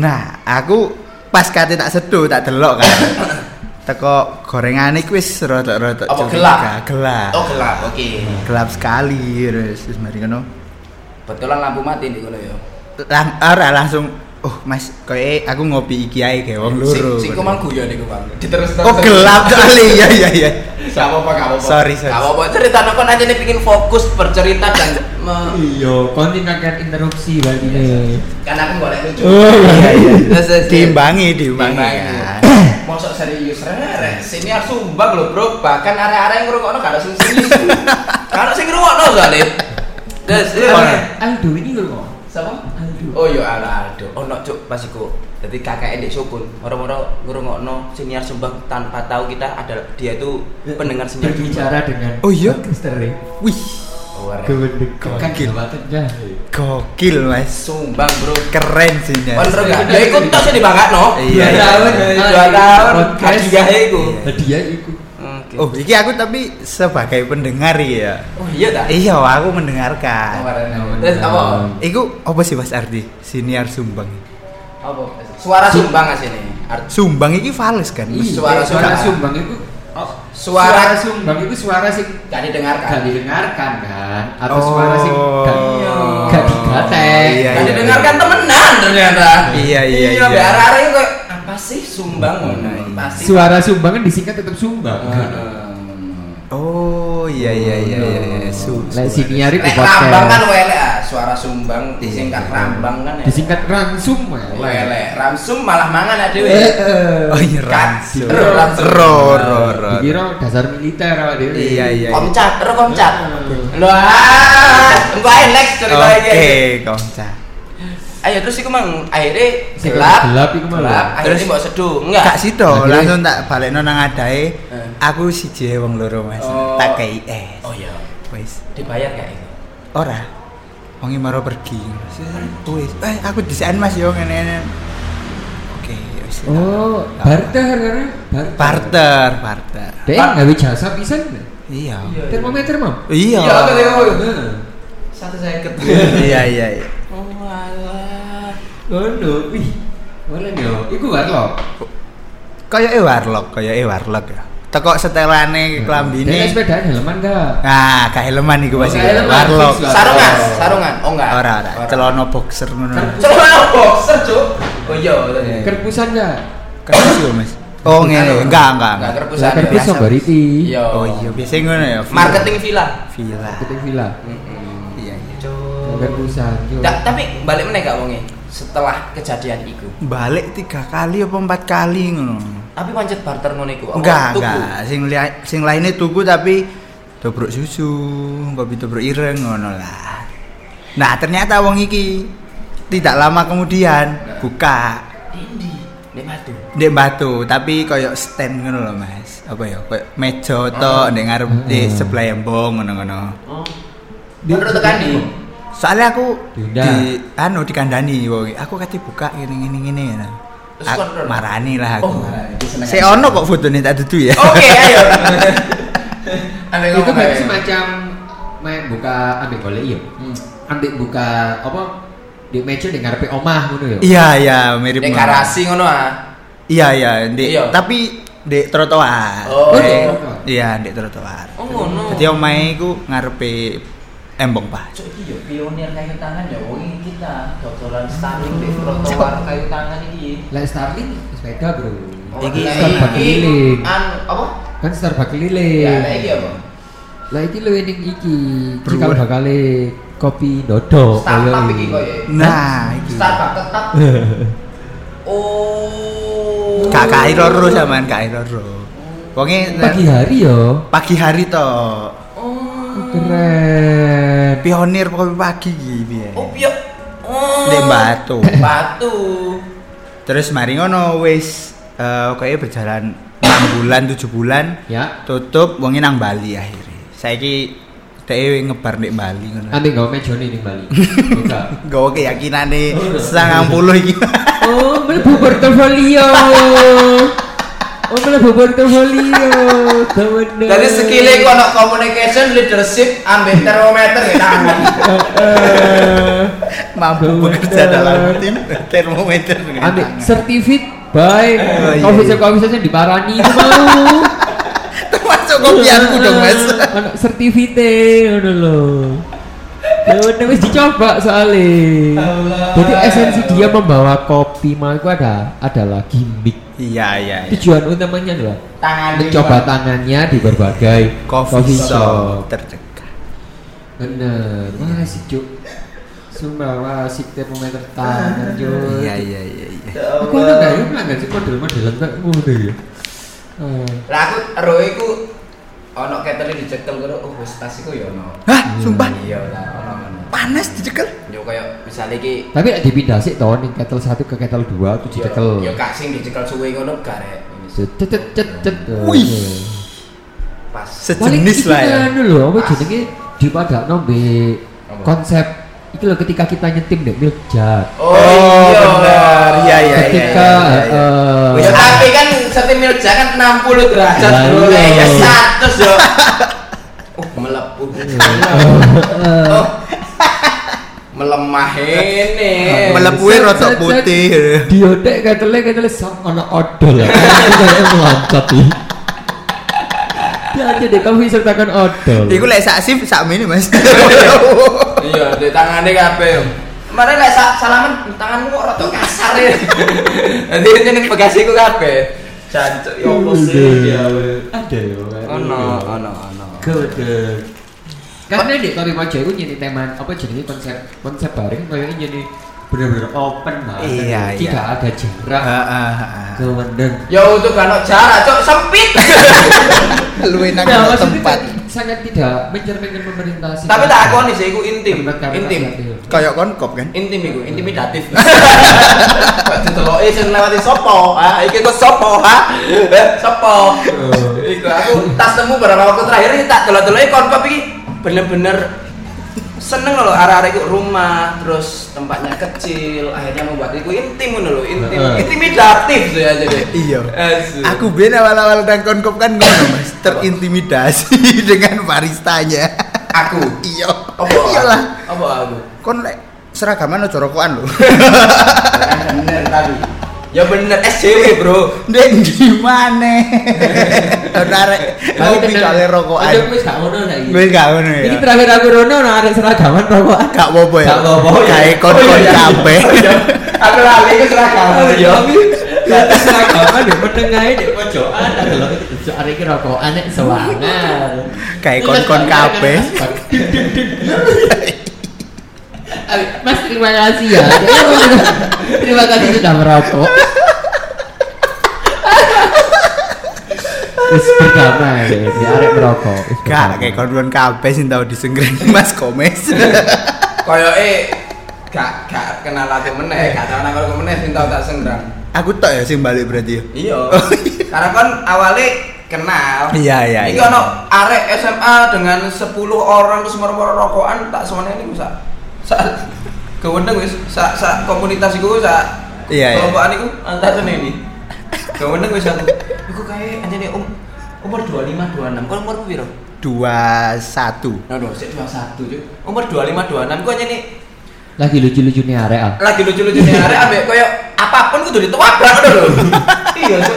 Speaker 1: Nah, aku pas kate tak seduh tak delok kan. Teko gorengan iki wis rotok-rotok
Speaker 4: Apa
Speaker 1: curiga. gelap.
Speaker 4: oh gelap, oke.
Speaker 1: Gelap sekali terus terus mari ngono.
Speaker 4: Betulan lampu mati nih kalau ya.
Speaker 1: Lang ora langsung oh Mas koe aku ngopi iki ae ge wong loro.
Speaker 4: Si, si kumang guyon iku, Bang. Diterus
Speaker 1: Oh gelap kali iya iya iya.
Speaker 4: Gak apa-apa, gak apa-apa.
Speaker 1: Sorry, sorry.
Speaker 4: Gak apa-apa. Cerita no, kan aja nih pingin fokus bercerita dan me-
Speaker 3: Iya, konten kakean interupsi berarti.
Speaker 4: kan aku boleh lucu.
Speaker 1: Hmm. Iya iya.
Speaker 4: Terus, terus.
Speaker 1: Diimbangi diimbangi.
Speaker 4: Timbang.
Speaker 1: kan.
Speaker 4: Mosok serius rere. Sini harus sumbang loh, Bro. Bahkan arek-arek yang ngrungokno gak ada sing serius. Kalau sing ngrungokno soalnya. Terus iya.
Speaker 3: Aldo ini lho kok.
Speaker 4: Siapa?
Speaker 3: Aldo.
Speaker 4: Oh iya ala Aldo. Oh no cuk pas iku. Dadi kakake Dik Sukun, moro-moro ngrungokno senior sumbang tanpa tahu kita ada dia itu pendengar senior
Speaker 3: berbicara dengan
Speaker 1: Oh Ya. iya?
Speaker 3: Misteri.
Speaker 1: Wih,
Speaker 4: Luar ya.
Speaker 3: Gewendekon. Kan
Speaker 1: Gokil.
Speaker 3: gawat dah.
Speaker 1: gokil Mas.
Speaker 4: Sumbang, Bro.
Speaker 1: Keren sih Jas.
Speaker 4: Bener gak? Ya iku tok sing dibangakno.
Speaker 1: Iya,
Speaker 4: Dua
Speaker 1: iya.
Speaker 4: tahun, dua tahun
Speaker 3: Podcast.
Speaker 4: hadiah iku.
Speaker 3: Hadiah Nah, iku.
Speaker 4: Oke.
Speaker 1: Oh, iki aku tapi sebagai pendengar ya.
Speaker 4: Oh iya ta?
Speaker 1: Iya, Hmm. aku mendengarkan.
Speaker 4: Terus apa?
Speaker 1: Iku apa sih Mas Ardi? Siniar Sumbang.
Speaker 4: Apa? Suara sumbang asine. Ar-
Speaker 1: Sumbang iki fals kan?
Speaker 3: Iya,
Speaker 1: Mas?
Speaker 4: suara-
Speaker 3: suara
Speaker 4: suara.
Speaker 3: sumbang itu
Speaker 4: Suara-
Speaker 3: sumbang itu suara sih
Speaker 4: Gak didengarkan.
Speaker 3: gak didengarkan kan atau
Speaker 1: Oh.
Speaker 3: suara sih gak
Speaker 1: Iya.
Speaker 3: gak digatek
Speaker 1: Iya,
Speaker 4: Gak
Speaker 1: iya.
Speaker 4: didengarkan temenan ternyata.
Speaker 1: Iya, iya, Hmm.
Speaker 4: Iya,
Speaker 1: iya.
Speaker 4: mbak arek-arek iku kayak, apa sih sumbang? Pasti.
Speaker 3: suara sumbang kan disingkat tetap sumbang kan
Speaker 4: Hmm.
Speaker 1: Oh, iya Oh. iya iya iya. iya. Su- suara.
Speaker 3: lek sini hari
Speaker 4: Lek rambang kan welek ah, suara sumbang
Speaker 1: Iya,
Speaker 4: disingkat rambang kan ya.
Speaker 3: disingkat ransum ya
Speaker 4: welek. Ramsum malah mangan ya dhewe.
Speaker 1: Oh, iya
Speaker 4: Kacau.
Speaker 1: Ransu. Ro ro ro.
Speaker 3: dikira dasar militer awak dhewe
Speaker 1: Iya iya. iya.
Speaker 4: Komcat, ro komcat.
Speaker 3: Heeh.
Speaker 4: Lho, ah, engko ae next cerita iki.
Speaker 1: Oke, Komca.
Speaker 4: Ayo terus iku mang akhirnya
Speaker 3: Sing
Speaker 4: gelap.
Speaker 3: gelap iku malah.
Speaker 4: Gelap, akhirnya
Speaker 1: Terus-
Speaker 4: mbok seduh.
Speaker 1: Kak
Speaker 4: Enggak.
Speaker 1: Sito
Speaker 3: Lagi-
Speaker 1: langsung tak balekno nang adahe.
Speaker 4: Eh.
Speaker 1: Aku siji ae wong loro, Mas.
Speaker 4: Oh.
Speaker 1: Tak kei es.
Speaker 4: Oh iya,
Speaker 1: Wis.
Speaker 4: dibayar gak itu?
Speaker 1: ora wongi maro pergi wis eh aku disian mas yo ngene oke wis
Speaker 3: oh barter karena barter
Speaker 1: barter barter
Speaker 3: Dek gawe jasa pisan
Speaker 1: iya
Speaker 3: termometer mam
Speaker 1: iya
Speaker 4: Iya, aku tengok.
Speaker 3: Heeh.
Speaker 4: Satu seket.
Speaker 1: iya iya iya
Speaker 4: Oh alah.
Speaker 3: Ngono, wih. Ngono yo. Iku warlock.
Speaker 1: koyoke warlock koyoke warlock ya teko setelane
Speaker 3: Hmm. Dene
Speaker 1: klambine
Speaker 3: sepedaan helman gak?
Speaker 1: nah gak helman iku pasti
Speaker 3: Oh, gak helman,
Speaker 1: warlock
Speaker 3: fix,
Speaker 4: Sarungan, sarungan. Oh enggak.
Speaker 1: ora ora celana boxer ngono
Speaker 3: Kan-
Speaker 4: Celana boxer, Cuk. Oh iya.
Speaker 1: Iya.
Speaker 3: Kerpusan gak?
Speaker 1: kerus yo mas oh ngene enggak enggak
Speaker 4: Enggak
Speaker 1: enggak
Speaker 4: kerpusan.
Speaker 3: Lah, kerpus
Speaker 1: biasa.
Speaker 3: sombariti.
Speaker 4: Iya.
Speaker 1: oh iya biasanya ngono ya villa.
Speaker 4: Marketing villa.
Speaker 1: villa
Speaker 3: Ketik villa.
Speaker 1: iya iya
Speaker 4: Cuk.
Speaker 3: Kerpusan. yo.
Speaker 4: Nggak, tapi balik meneh gak wonge setelah kejadian iku.
Speaker 1: balik tiga kali apa empat kali ngono
Speaker 4: Tapi pancet barter ngono iku. apa
Speaker 1: enggak
Speaker 4: tuku?
Speaker 1: enggak sing lia- sing lainnya tuku tapi tubruk susu kopi tubruk ireng ngono lah nah ternyata wong iki tidak lama kemudian buka
Speaker 4: Indi. Nek madu.
Speaker 1: ndek batu tapi koyok stand ngono loh mas apa ya koyok meja tok ndek ngarep di
Speaker 3: Hmm.
Speaker 1: sebelah embong ngono-ngono
Speaker 4: Oh.
Speaker 3: Dia
Speaker 4: Menurut tekan di.
Speaker 1: soalnya aku
Speaker 3: Diundang.
Speaker 1: di anu dikandani wong aku kate buka gini gini gini ngono.
Speaker 4: Terus
Speaker 1: Aku-
Speaker 4: kon-
Speaker 1: marani lah aku
Speaker 4: Oh, marani. Dia seneng
Speaker 1: Sik
Speaker 4: aja. Oh,
Speaker 1: ono kok fotone tak dudu ya
Speaker 4: Oke, ayo. Ambil
Speaker 3: Itu
Speaker 4: ngomong,
Speaker 3: berarti
Speaker 4: ayo.
Speaker 3: semacam main buka ambil golek yo.
Speaker 4: Hmm.
Speaker 3: Ambil buka apa? Di meja di ngarepe omah ngono ya. yo.
Speaker 1: iya iya mirip
Speaker 4: Nek
Speaker 1: ngono.
Speaker 4: garasi ngono ah.
Speaker 1: Iya iya, Dek.
Speaker 4: Iya.
Speaker 1: Tapi Dek trotoar.
Speaker 4: Oh,
Speaker 1: Dek-
Speaker 4: Dek
Speaker 3: trotoar.
Speaker 1: Iya, Dek trotoar.
Speaker 4: Oh ngono.
Speaker 1: Dadi omahe iku ngarepe embong pas.
Speaker 4: Cuk iki yo pionir kayu tangan ya wong iki kita dodolan starling di trotoar kayu tangan iki.
Speaker 3: Lek Starling sepeda, Bro.
Speaker 2: Iki
Speaker 4: Oh, lah,
Speaker 3: Start berkeliling.
Speaker 4: An apa?
Speaker 3: kan Starbucks
Speaker 4: Ya, lah, iki
Speaker 3: keliling
Speaker 4: apa?
Speaker 3: lah iki lu ini iki
Speaker 1: Brewer.
Speaker 3: cikal bakale kopi dodo
Speaker 4: Startup iki ya?
Speaker 3: iki.
Speaker 4: koyo.
Speaker 1: Nah, iki.
Speaker 4: Startup tetap. Oh.
Speaker 1: Kak kai roro sampean kai roro. Wonge
Speaker 3: pagi hari yo
Speaker 1: pagi hari toh.
Speaker 4: Oh.
Speaker 3: keren
Speaker 1: Pionir kopi pagi iki piye.
Speaker 4: Oh, iya. Oh.
Speaker 1: Ndek Batu.
Speaker 4: Batu.
Speaker 1: Terus mari ngono wis eh kayaknya berjalan 6 bulan 7 bulan
Speaker 3: ya
Speaker 1: tutup wonge nang Bali akhirnya. Saiki dhewe ngebar nek Bali ngono.
Speaker 3: ambil gak mejoni nih Bali Buka.
Speaker 1: Gawa keyakinane 90 iki.
Speaker 3: Oh, mlebu portofolio. Oh, mlebu portofolio. Temen.
Speaker 4: Dari skillnya kono communication, leadership, ambil termometer di tangan.
Speaker 3: Eh,
Speaker 1: Mampu
Speaker 3: Gawe.
Speaker 1: bekerja dalam tim termometer.
Speaker 3: Ambil sertifit baik.
Speaker 1: Oh, iya,
Speaker 3: Coffee
Speaker 1: iya.
Speaker 3: shop coffee shop yang diparani itu mau.
Speaker 1: Termasuk kopianku dong, Mas.
Speaker 3: Ono sertifite ngono lho. Ya udah wis dicoba soalnya
Speaker 4: Allah.
Speaker 3: Jadi esensi dia membawa kopi mau itu ada adalah gimmick.
Speaker 1: Iya, iya. iya.
Speaker 3: Tujuan utamanya adalah
Speaker 4: Tangan di-
Speaker 3: mencoba tangannya di berbagai
Speaker 1: Coffee shop terdekat.
Speaker 3: Bener, wah sih cuk Sumpah, wah sih termometer tangan cuk
Speaker 1: Iya, iya, iya, iya.
Speaker 3: Aku ada gak yuk pelanggan sih model-modelan tak ngono ya Eh,
Speaker 4: Lah aku roe iku ono ketele dicekel karo oh wis tas iku ya ono.
Speaker 1: Hah,
Speaker 3: Hmm.
Speaker 1: sumpah
Speaker 4: Iya lah ono ngono.
Speaker 1: panas dicekel.
Speaker 4: Yo koyo misale iki
Speaker 3: Tapi nek dipindah sih toh, nih ketel 1 ke ketel 2 itu
Speaker 1: Iya.
Speaker 4: yo-
Speaker 3: dicekel
Speaker 4: Yo gak sing dicekel suwe ngono gak rek.
Speaker 3: Cet cet cet cet cet
Speaker 1: Wih.
Speaker 4: Pas.
Speaker 1: Sejenis lah ya.
Speaker 3: Ini lho, apa jenenge dipadak nombe
Speaker 4: Apa?
Speaker 3: konsep Iki loh ketika kita nyetim deh milk jar
Speaker 1: Oh,
Speaker 4: iya,
Speaker 1: benar. Iya, iya, iya.
Speaker 3: Ketika
Speaker 1: iya, iya.
Speaker 3: eh,
Speaker 4: Wis tapi kan sate milja kan 60 derajat
Speaker 3: Lah,
Speaker 4: bro.
Speaker 3: iya.
Speaker 4: Ya 100 yo. Oh melepuh.
Speaker 3: eh,
Speaker 4: Oh. Melemah ini.
Speaker 1: Melepuhe
Speaker 3: Eh, Set,
Speaker 1: rotok
Speaker 3: set, set.
Speaker 1: e putih.
Speaker 3: Diodek katele katele sang ana odol. ya." Kan Kayak meloncat iki. Dia aja deh kamu sertakan odol.
Speaker 1: Iku lek sak sip sak mini, Mas.
Speaker 4: Iya, di tangannya kabeh. Kemarin lek sa- salaman tanganmu kok rada kasar ya. Nanti ini ning bagasiku kabeh. Jancuk ya opo sih
Speaker 3: Iya.
Speaker 4: ya.
Speaker 3: Ada ya.
Speaker 4: Ono, ono, ono.
Speaker 3: Golden. Karena di Tori Mojo itu nyanyi teman apa jenisnya konsep konsep bareng kayak nyanyi bener-bener open lah.
Speaker 1: Iya, iya. Ah.
Speaker 3: Tidak ada jarak.
Speaker 1: Heeh, heeh.
Speaker 3: Golden.
Speaker 4: Ya untuk gak jarak, cok sempit.
Speaker 1: Luwe nang
Speaker 3: Nah, maksudnya
Speaker 1: tempat.
Speaker 3: kan sangat tidak mencerminkan pemerintah sih.
Speaker 4: Tapi tak akoni sih iku intim,
Speaker 3: Tempat kami
Speaker 4: intim.
Speaker 3: rakyat.
Speaker 1: Kayak konkop kan?
Speaker 4: Intim iku, intimidatif. Kok diteloki sing lewati sopo? Ah, iki kok sopo, ha? Eh, Sopo?
Speaker 1: Oh.
Speaker 4: Iku aku tas temu beberapa waktu terakhir ini tak delok-deloki konpop iki bener-bener seneng loh arah-arah iku rumah terus tempatnya kecil akhirnya membuat iku intim ngono lho intim
Speaker 3: Heeh.
Speaker 4: intimidatif tuh ya jadi
Speaker 1: Iya.
Speaker 4: Asu.
Speaker 1: Aku ben awal-awal nang konkop kan ngono, Mas. Terintimidasi dengan baristanya.
Speaker 4: aku
Speaker 1: Iya.
Speaker 4: apa
Speaker 1: Iyalah.
Speaker 4: apa aku
Speaker 1: Kon lek seragaman aja rokokan lho.
Speaker 4: Kan bener tadi ya bener SJW bro
Speaker 1: Ndek ndi maneh? Ora rek ngopi kale rokokan.
Speaker 3: Aduh, wis gak ngono lagi.
Speaker 1: Wis gak ngono ya.
Speaker 3: Ini terakhir aku rono nah, ada seragaman rokokan.
Speaker 1: Gak apa-apa ya.
Speaker 3: Gak apa-apa ya.
Speaker 1: Kae
Speaker 4: Oh,
Speaker 1: kon-kon
Speaker 4: iya.
Speaker 1: kabeh.
Speaker 4: aku lali ke
Speaker 1: Oh,
Speaker 4: seragaman
Speaker 3: Tapi
Speaker 1: iya.
Speaker 4: ya
Speaker 3: tapi seragaman di menengah di pojokan ada loh. Cuk arek iki rokokan nek sewangan.
Speaker 1: Kae Eh,
Speaker 4: Iya,
Speaker 1: kon-kon
Speaker 3: Iya,
Speaker 1: kabeh.
Speaker 3: Ari, Mas terima kasih ya. terima kasih sudah merokok. Terus berdamai di ya, arek merokok. Wis
Speaker 1: Gak
Speaker 3: berdamai.
Speaker 1: kae kon-kon kabeh sing tau disengkring Mas Komes.
Speaker 4: koyo eh gak gak kenal aku meneh gak tau nang aku meneh sing tau tak senggrang
Speaker 1: Aku tok ya sing balik berarti ya.
Speaker 4: iya karena kan awalnya kenal
Speaker 1: Iya, iya,
Speaker 4: ini
Speaker 1: iya.
Speaker 4: ono arek SMA dengan 10 orang terus moro-moro rokokan tak semuanya ini bisa sa kewendeng wis sa, sa komunitas iku sa
Speaker 1: Iya, iya.
Speaker 4: kelompokan iku antar sene ini kewendeng wis aku iku kae anjene um umur 25 26 kok umur piro
Speaker 1: 21.
Speaker 4: no no sik 21 cuy umur 25 26 kok anjene
Speaker 3: lagi lucu-lucunya arek ah.
Speaker 4: lagi lucu-lucunya arek ambek koyo apapun kudu ditobrak ngono lho. Iya. Cuk.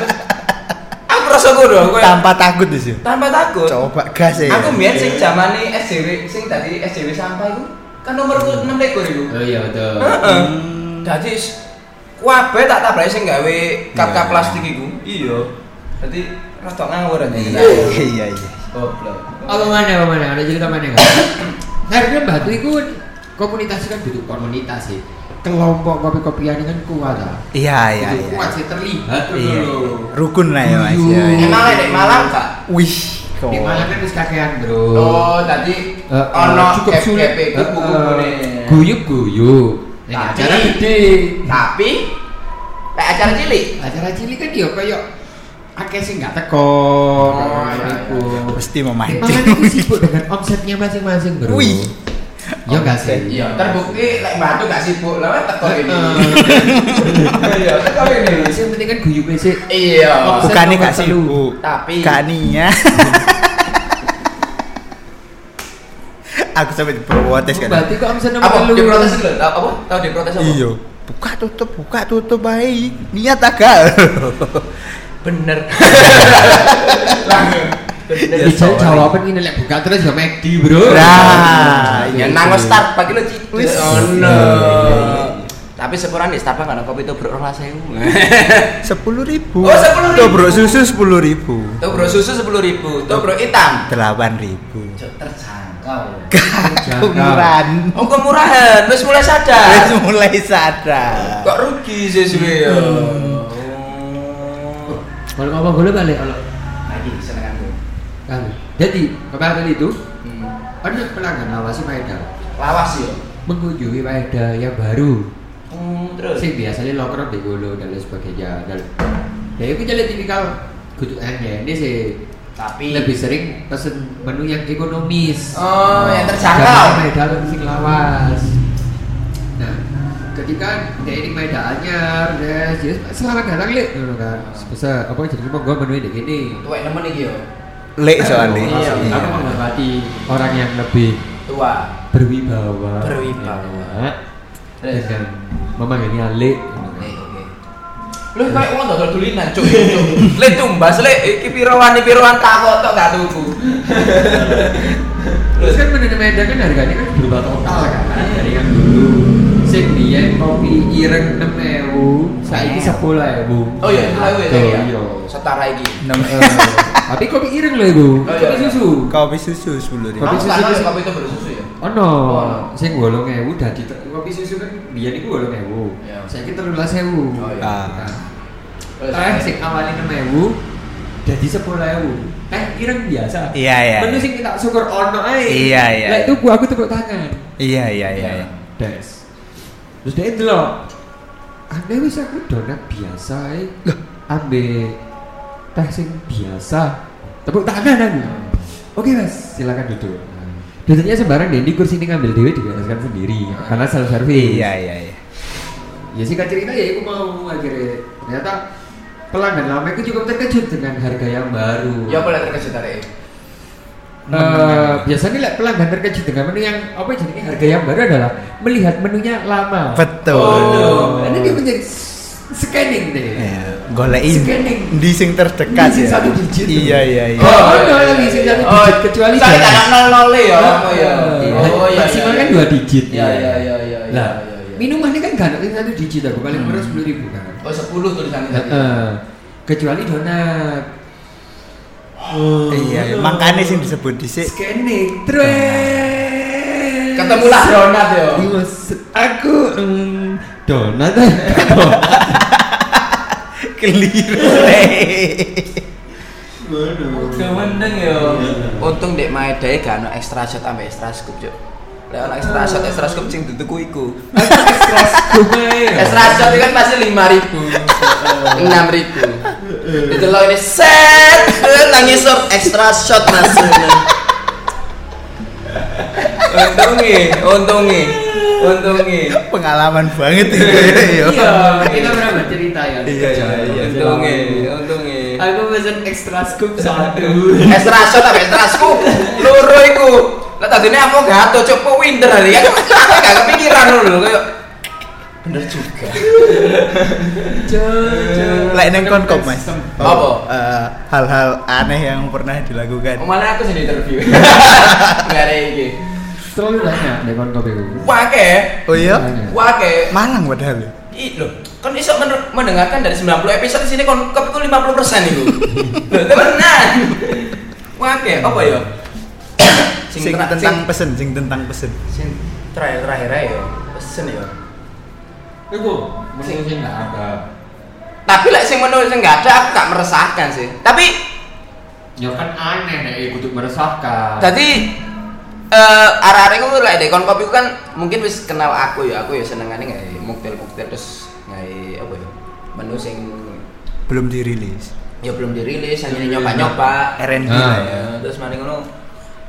Speaker 4: Aku rasa kudu koyo
Speaker 1: Tanpa takut wis ya.
Speaker 4: tanpa takut.
Speaker 1: Coba gas ya.
Speaker 4: Aku mbiyen sing zamane SJW sing dadi SJW sampah iku kan nomorku 6 iku.
Speaker 3: iya Oh, betul.
Speaker 4: Heeh. Dadi s- Kuabe tak tabrahi sing gawe kap-kap plastik iku. Iya. Dadi rada ngawur aja kita.
Speaker 1: iya iya
Speaker 4: Goblok.
Speaker 3: Apa mana, apa mana? Ada cerita Nah, mana nggak? Karena batu itu komunitas itu kan butuh komunitas sih. Kelompok kopi-kopian ini kan kuat lah.
Speaker 1: iya iya
Speaker 3: Itu
Speaker 1: iya
Speaker 3: kuat sih terlibat
Speaker 1: Iya.
Speaker 3: dulu.
Speaker 1: rukun lah ya mas
Speaker 3: Iya.
Speaker 1: ya, iya.
Speaker 4: Emang lek malam tak?
Speaker 1: wih kok
Speaker 3: Di malam kan harus kakean bro.
Speaker 4: Oh, tadi
Speaker 3: Eh, eh,
Speaker 4: ono
Speaker 3: cukup sulit.
Speaker 4: FGP
Speaker 3: Eh, eh,
Speaker 4: buku-bukune.
Speaker 3: Guyub-guyub. Nah,
Speaker 4: Tapi-
Speaker 3: acara gede.
Speaker 4: Tapi lek acara cilik
Speaker 3: Acara cilik kan yo koyo akeh sing gak teko.
Speaker 4: Oh,
Speaker 3: kayak
Speaker 4: iya,
Speaker 3: gitu.
Speaker 1: mesti
Speaker 3: Malah
Speaker 1: memancing
Speaker 3: itu sibuk dengan omsetnya masing-masing bro.
Speaker 1: Wih.
Speaker 3: Ya gak sih?
Speaker 4: Iya, terbukti lek batu gak sibuk lah teko
Speaker 3: Eh,
Speaker 4: ini.
Speaker 3: eh.
Speaker 4: Iya, teko ini.
Speaker 3: Yang penting kan guyubnya sih.
Speaker 4: Iya.
Speaker 3: Omset
Speaker 1: bukannya
Speaker 3: nomor
Speaker 1: gak
Speaker 3: telu.
Speaker 1: sibuk
Speaker 4: Tapi-
Speaker 1: gak niat aku sampai diprotes kan
Speaker 3: Eh, Berarti kok omset nomor
Speaker 4: Apa
Speaker 3: telu.
Speaker 4: diprotes lho? Apa? Tahu diprotes apa?
Speaker 1: iya buka tutup buka tutup baik niat agak
Speaker 4: Bener. Langsung.
Speaker 1: Iya,
Speaker 4: Bener.
Speaker 3: Bisa
Speaker 1: soalnya.
Speaker 3: jawaban ini lek buka terus ya McD bro.
Speaker 1: Nah,
Speaker 4: Ya nang start pagi lo cik.
Speaker 1: Wis.
Speaker 4: Ono. Oh, Tapi sepurane di Starbucks kan kopi tubruk 12000.
Speaker 1: sepuluh ribu
Speaker 4: Oh, 10.000.
Speaker 1: tubruk susu sepuluh ribu
Speaker 4: Tubruk susu 10000, tubruk hitam.
Speaker 1: delapan ribu
Speaker 4: Cuk, Terjangkau. ya.
Speaker 1: umuran
Speaker 4: Oh, kok murahan, wis mulai
Speaker 1: Wis
Speaker 4: sadar.
Speaker 1: mulai sadar
Speaker 4: Nah. Kok rugi sih suwe ya.
Speaker 3: Hmm.
Speaker 4: Oh.
Speaker 3: Kalau ngomong gue balik kalau
Speaker 4: Lagi senenganku.
Speaker 3: kan. Jadi kemarin itu
Speaker 4: Hmm.
Speaker 3: ada pelanggan awasi Maeda
Speaker 4: Lawas ya.
Speaker 3: mengunjungi Maeda yang baru.
Speaker 4: Hmm, terus.
Speaker 3: Sih biasanya loker di Golo dan lain sebagainya. Dan ya itu jadi tipikal kudu aneh ini sih
Speaker 4: Tapi
Speaker 3: lebih sering pesen menu yang ekonomis.
Speaker 4: Oh, yang
Speaker 3: Jangan
Speaker 4: terjangkau.
Speaker 3: Maeda kan sing lawas. Nah, ketika dia ini medaannya, ya, jadi selamat datang lek, ngono kan. Sebesar apa jadi monggo menu ini gini.
Speaker 4: Tuwek nemen iki yo.
Speaker 1: lek soalnya
Speaker 4: Iya.
Speaker 3: Oh, Aku menghormati orang yang lebih
Speaker 4: Tua.
Speaker 3: berwibawa.
Speaker 4: Berwibawa.
Speaker 3: Ya. kan
Speaker 4: Terus.
Speaker 3: Dengan memanggilnya Lek.
Speaker 4: Lho kayak uang dodol dulinan cuk cuk. cuk. Lek tumbas lek iki piroan iki piroan takok tok gak tuku.
Speaker 3: Terus kan menu Medan kan harganya kan berubah total kan. Dari yang dulu sing biyen kopi ireng 6.000, saiki 10.000.
Speaker 4: Eh. Oh iya, ayo
Speaker 3: Tuh,
Speaker 4: ya.
Speaker 3: iya.
Speaker 4: Setara iki.
Speaker 1: enam
Speaker 3: Eh, Tapi kopi ireng lho Ibu.
Speaker 4: Oh, iya.
Speaker 3: Kopi susu.
Speaker 1: kopi susu sepuluh ribu
Speaker 3: Kopi
Speaker 4: Kamu
Speaker 3: susu
Speaker 4: sekarang
Speaker 3: itu-
Speaker 4: kopi itu bersusu ya?
Speaker 3: Oh no,
Speaker 4: Oh, no.
Speaker 3: sing 8.000 dadi ter- kopi susu kan biyen iku 8.000.
Speaker 4: Iya.
Speaker 3: Saiki 13.000.
Speaker 4: Oh, iya.
Speaker 3: Nah,
Speaker 1: ah
Speaker 3: Teh sing awalnya enam ewu, jadi sepuluh ewu. Teh ireng biasa.
Speaker 1: Iya, iya.
Speaker 3: Menu sing kita syukur ono ae.
Speaker 1: Iya, iya.
Speaker 3: Lah itu gua aku tepuk tangan.
Speaker 1: iya iya iya iya.
Speaker 3: Des. Terus dia itu loh. Anda wis aku donat biasa ae. Ambe teh sing biasa. Tepuk tangan aku. Oke mas, silakan duduk. Duduknya sembarang Dendi kursi ini ngambil dewe dibereskan sendiri karena self service.
Speaker 1: iya iya iya
Speaker 3: Ya singkat cerita ya aku mau akhirnya ternyata pelanggan lama itu cukup terkejut dengan harga yang baru.
Speaker 4: Ya boleh terkejut tarik.
Speaker 3: Eh, biasanya lah pelanggan terkejut dengan menu yang apa jadi harga yang baru adalah melihat menunya lama.
Speaker 1: betul
Speaker 3: Oh, ini dia menjadi s- scanning deh.
Speaker 1: Iya, golekin
Speaker 3: Scanning.
Speaker 1: di sing terdekat
Speaker 3: Di sing
Speaker 1: ya.
Speaker 3: satu digit.
Speaker 1: Iya iya iya.
Speaker 3: Oh, no, lagi sing satu digit, kecuali
Speaker 4: Oh, saya
Speaker 3: jangan.
Speaker 4: tak nol nol ya. Oh iya.
Speaker 3: Iya.
Speaker 4: Oh iya.
Speaker 3: Maksimal
Speaker 4: iya,
Speaker 3: kan
Speaker 4: iya.
Speaker 3: dua digit.
Speaker 4: Iya iya iya iya. iya,
Speaker 3: Nah,
Speaker 4: iya, Hmm. iya.
Speaker 3: minumannya kan gak ada yang satu digit aku paling murah sepuluh ribu kan.
Speaker 4: Oh sepuluh tulisannya tadi.
Speaker 3: Heeh. kecuali donat. Oh,
Speaker 1: Iya, makanya sing disebut dhisik
Speaker 3: scanning trend
Speaker 4: Ketemulah donat yo.
Speaker 3: aku mm, donat
Speaker 1: keliru.
Speaker 4: Udah mendeng yo. Untung dek Maedae gak ono extra shot ambe extra scoop, Cuk. Lek ono extra shot extra scoop sing dituku iku.
Speaker 1: Iya.
Speaker 4: Extra shot itu kan pasti 5000. 6000. Itu lo ini set Eh, nangis sob extra shot maksudnya. Untungnya, untungnya, untungnya.
Speaker 1: Pengalaman banget itu ya.
Speaker 3: iya kita pernah bercerita ya
Speaker 1: Iya, iya, iya.
Speaker 4: Untungnya, untungnya.
Speaker 3: aku pesen extra scoop satu
Speaker 4: Extra shot apa extra scoop? Loro iku. Lah tadine aku gato cuk kok winter hari ya. Gak kepikiran ngono lho kayak bener juga.
Speaker 1: Lek neng kon kok, Mas.
Speaker 4: Apa?
Speaker 1: Eh, hal-hal aneh yang pernah
Speaker 3: Oh,
Speaker 1: dilakukan.
Speaker 4: Kemarin aku sendiri interview. Gak ada iki.
Speaker 3: terlalu banyak deh kon kopi
Speaker 4: Wake,
Speaker 1: Oh iya.
Speaker 4: wake.
Speaker 1: Malang padahal.
Speaker 4: Ih lho, Kon iso mener- mendengarkan dari 90 episode di sini kon kepikul 50% iku. Lho, temenan. Wake, apa ya?
Speaker 1: sing
Speaker 4: tera-
Speaker 1: tentang pesen sing tentang pesen
Speaker 4: sing terakhir terakhir ae ya. Pesen ya.
Speaker 3: Iku mesti sing nggak ada.
Speaker 4: Tapi lek sing menurut sing gak ada aku gak meresahkan sih. Tapi
Speaker 3: Ya kan aneh nek iku kudu meresahkan.
Speaker 4: Tadi eh arah arah gue lah deh kon kopi ku kan mungkin wis kenal aku ya aku ya senengannya nggak muktil muktil terus nggak apa ya menu sing
Speaker 1: belum dirilis
Speaker 4: ya belum dirilis hanya
Speaker 1: Iya,
Speaker 4: nyoba nyoba
Speaker 1: R&B
Speaker 3: Ah,
Speaker 1: lah ya.
Speaker 4: ya, terus mending ngono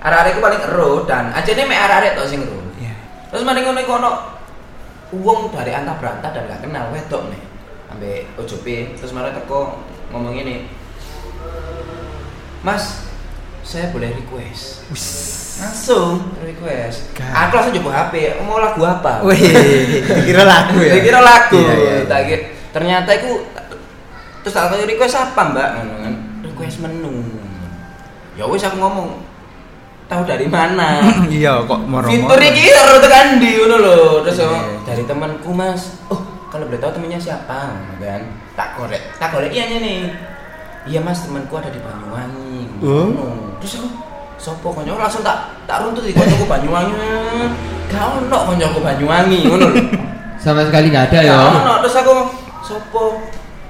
Speaker 4: arah arah gue paling ero dan aja nih arah arah tau sing ero
Speaker 1: Iya.
Speaker 4: terus mending ngono iku ono uang dari antah berantah dan gak kenal wedok nih ambe OJP terus marah teko ngomong ini mas saya boleh request
Speaker 1: Wis.
Speaker 4: langsung request
Speaker 1: Gak.
Speaker 4: aku langsung coba HP mau lagu apa
Speaker 1: Wih, kira lagu ya.
Speaker 4: Dia kira lagu
Speaker 1: Iya, iya, iya.
Speaker 4: Tak kira- ternyata itu terus tak tahu request apa mbak Ngono kan. request menu ya wis aku ngomong tahu dari mana
Speaker 1: Iya, kok moro-moro.
Speaker 4: fitur ini terus tekan di ngono lho terus
Speaker 1: Iya.
Speaker 4: ngomong, dari temanku mas oh kalau boleh tahu temennya siapa Ngono kan tak korek tak korek iya nih iya mas temanku ada di Banyuwangi
Speaker 1: Oh.
Speaker 4: Ngono. terus aku sopo konco langsung tak tak runtut di koncoku Banyuwangi gak ono koncoku Banyuwangi ngono lho
Speaker 3: Sama sekali nggak ada ya.
Speaker 4: Gak ono. terus aku ngomong, sopo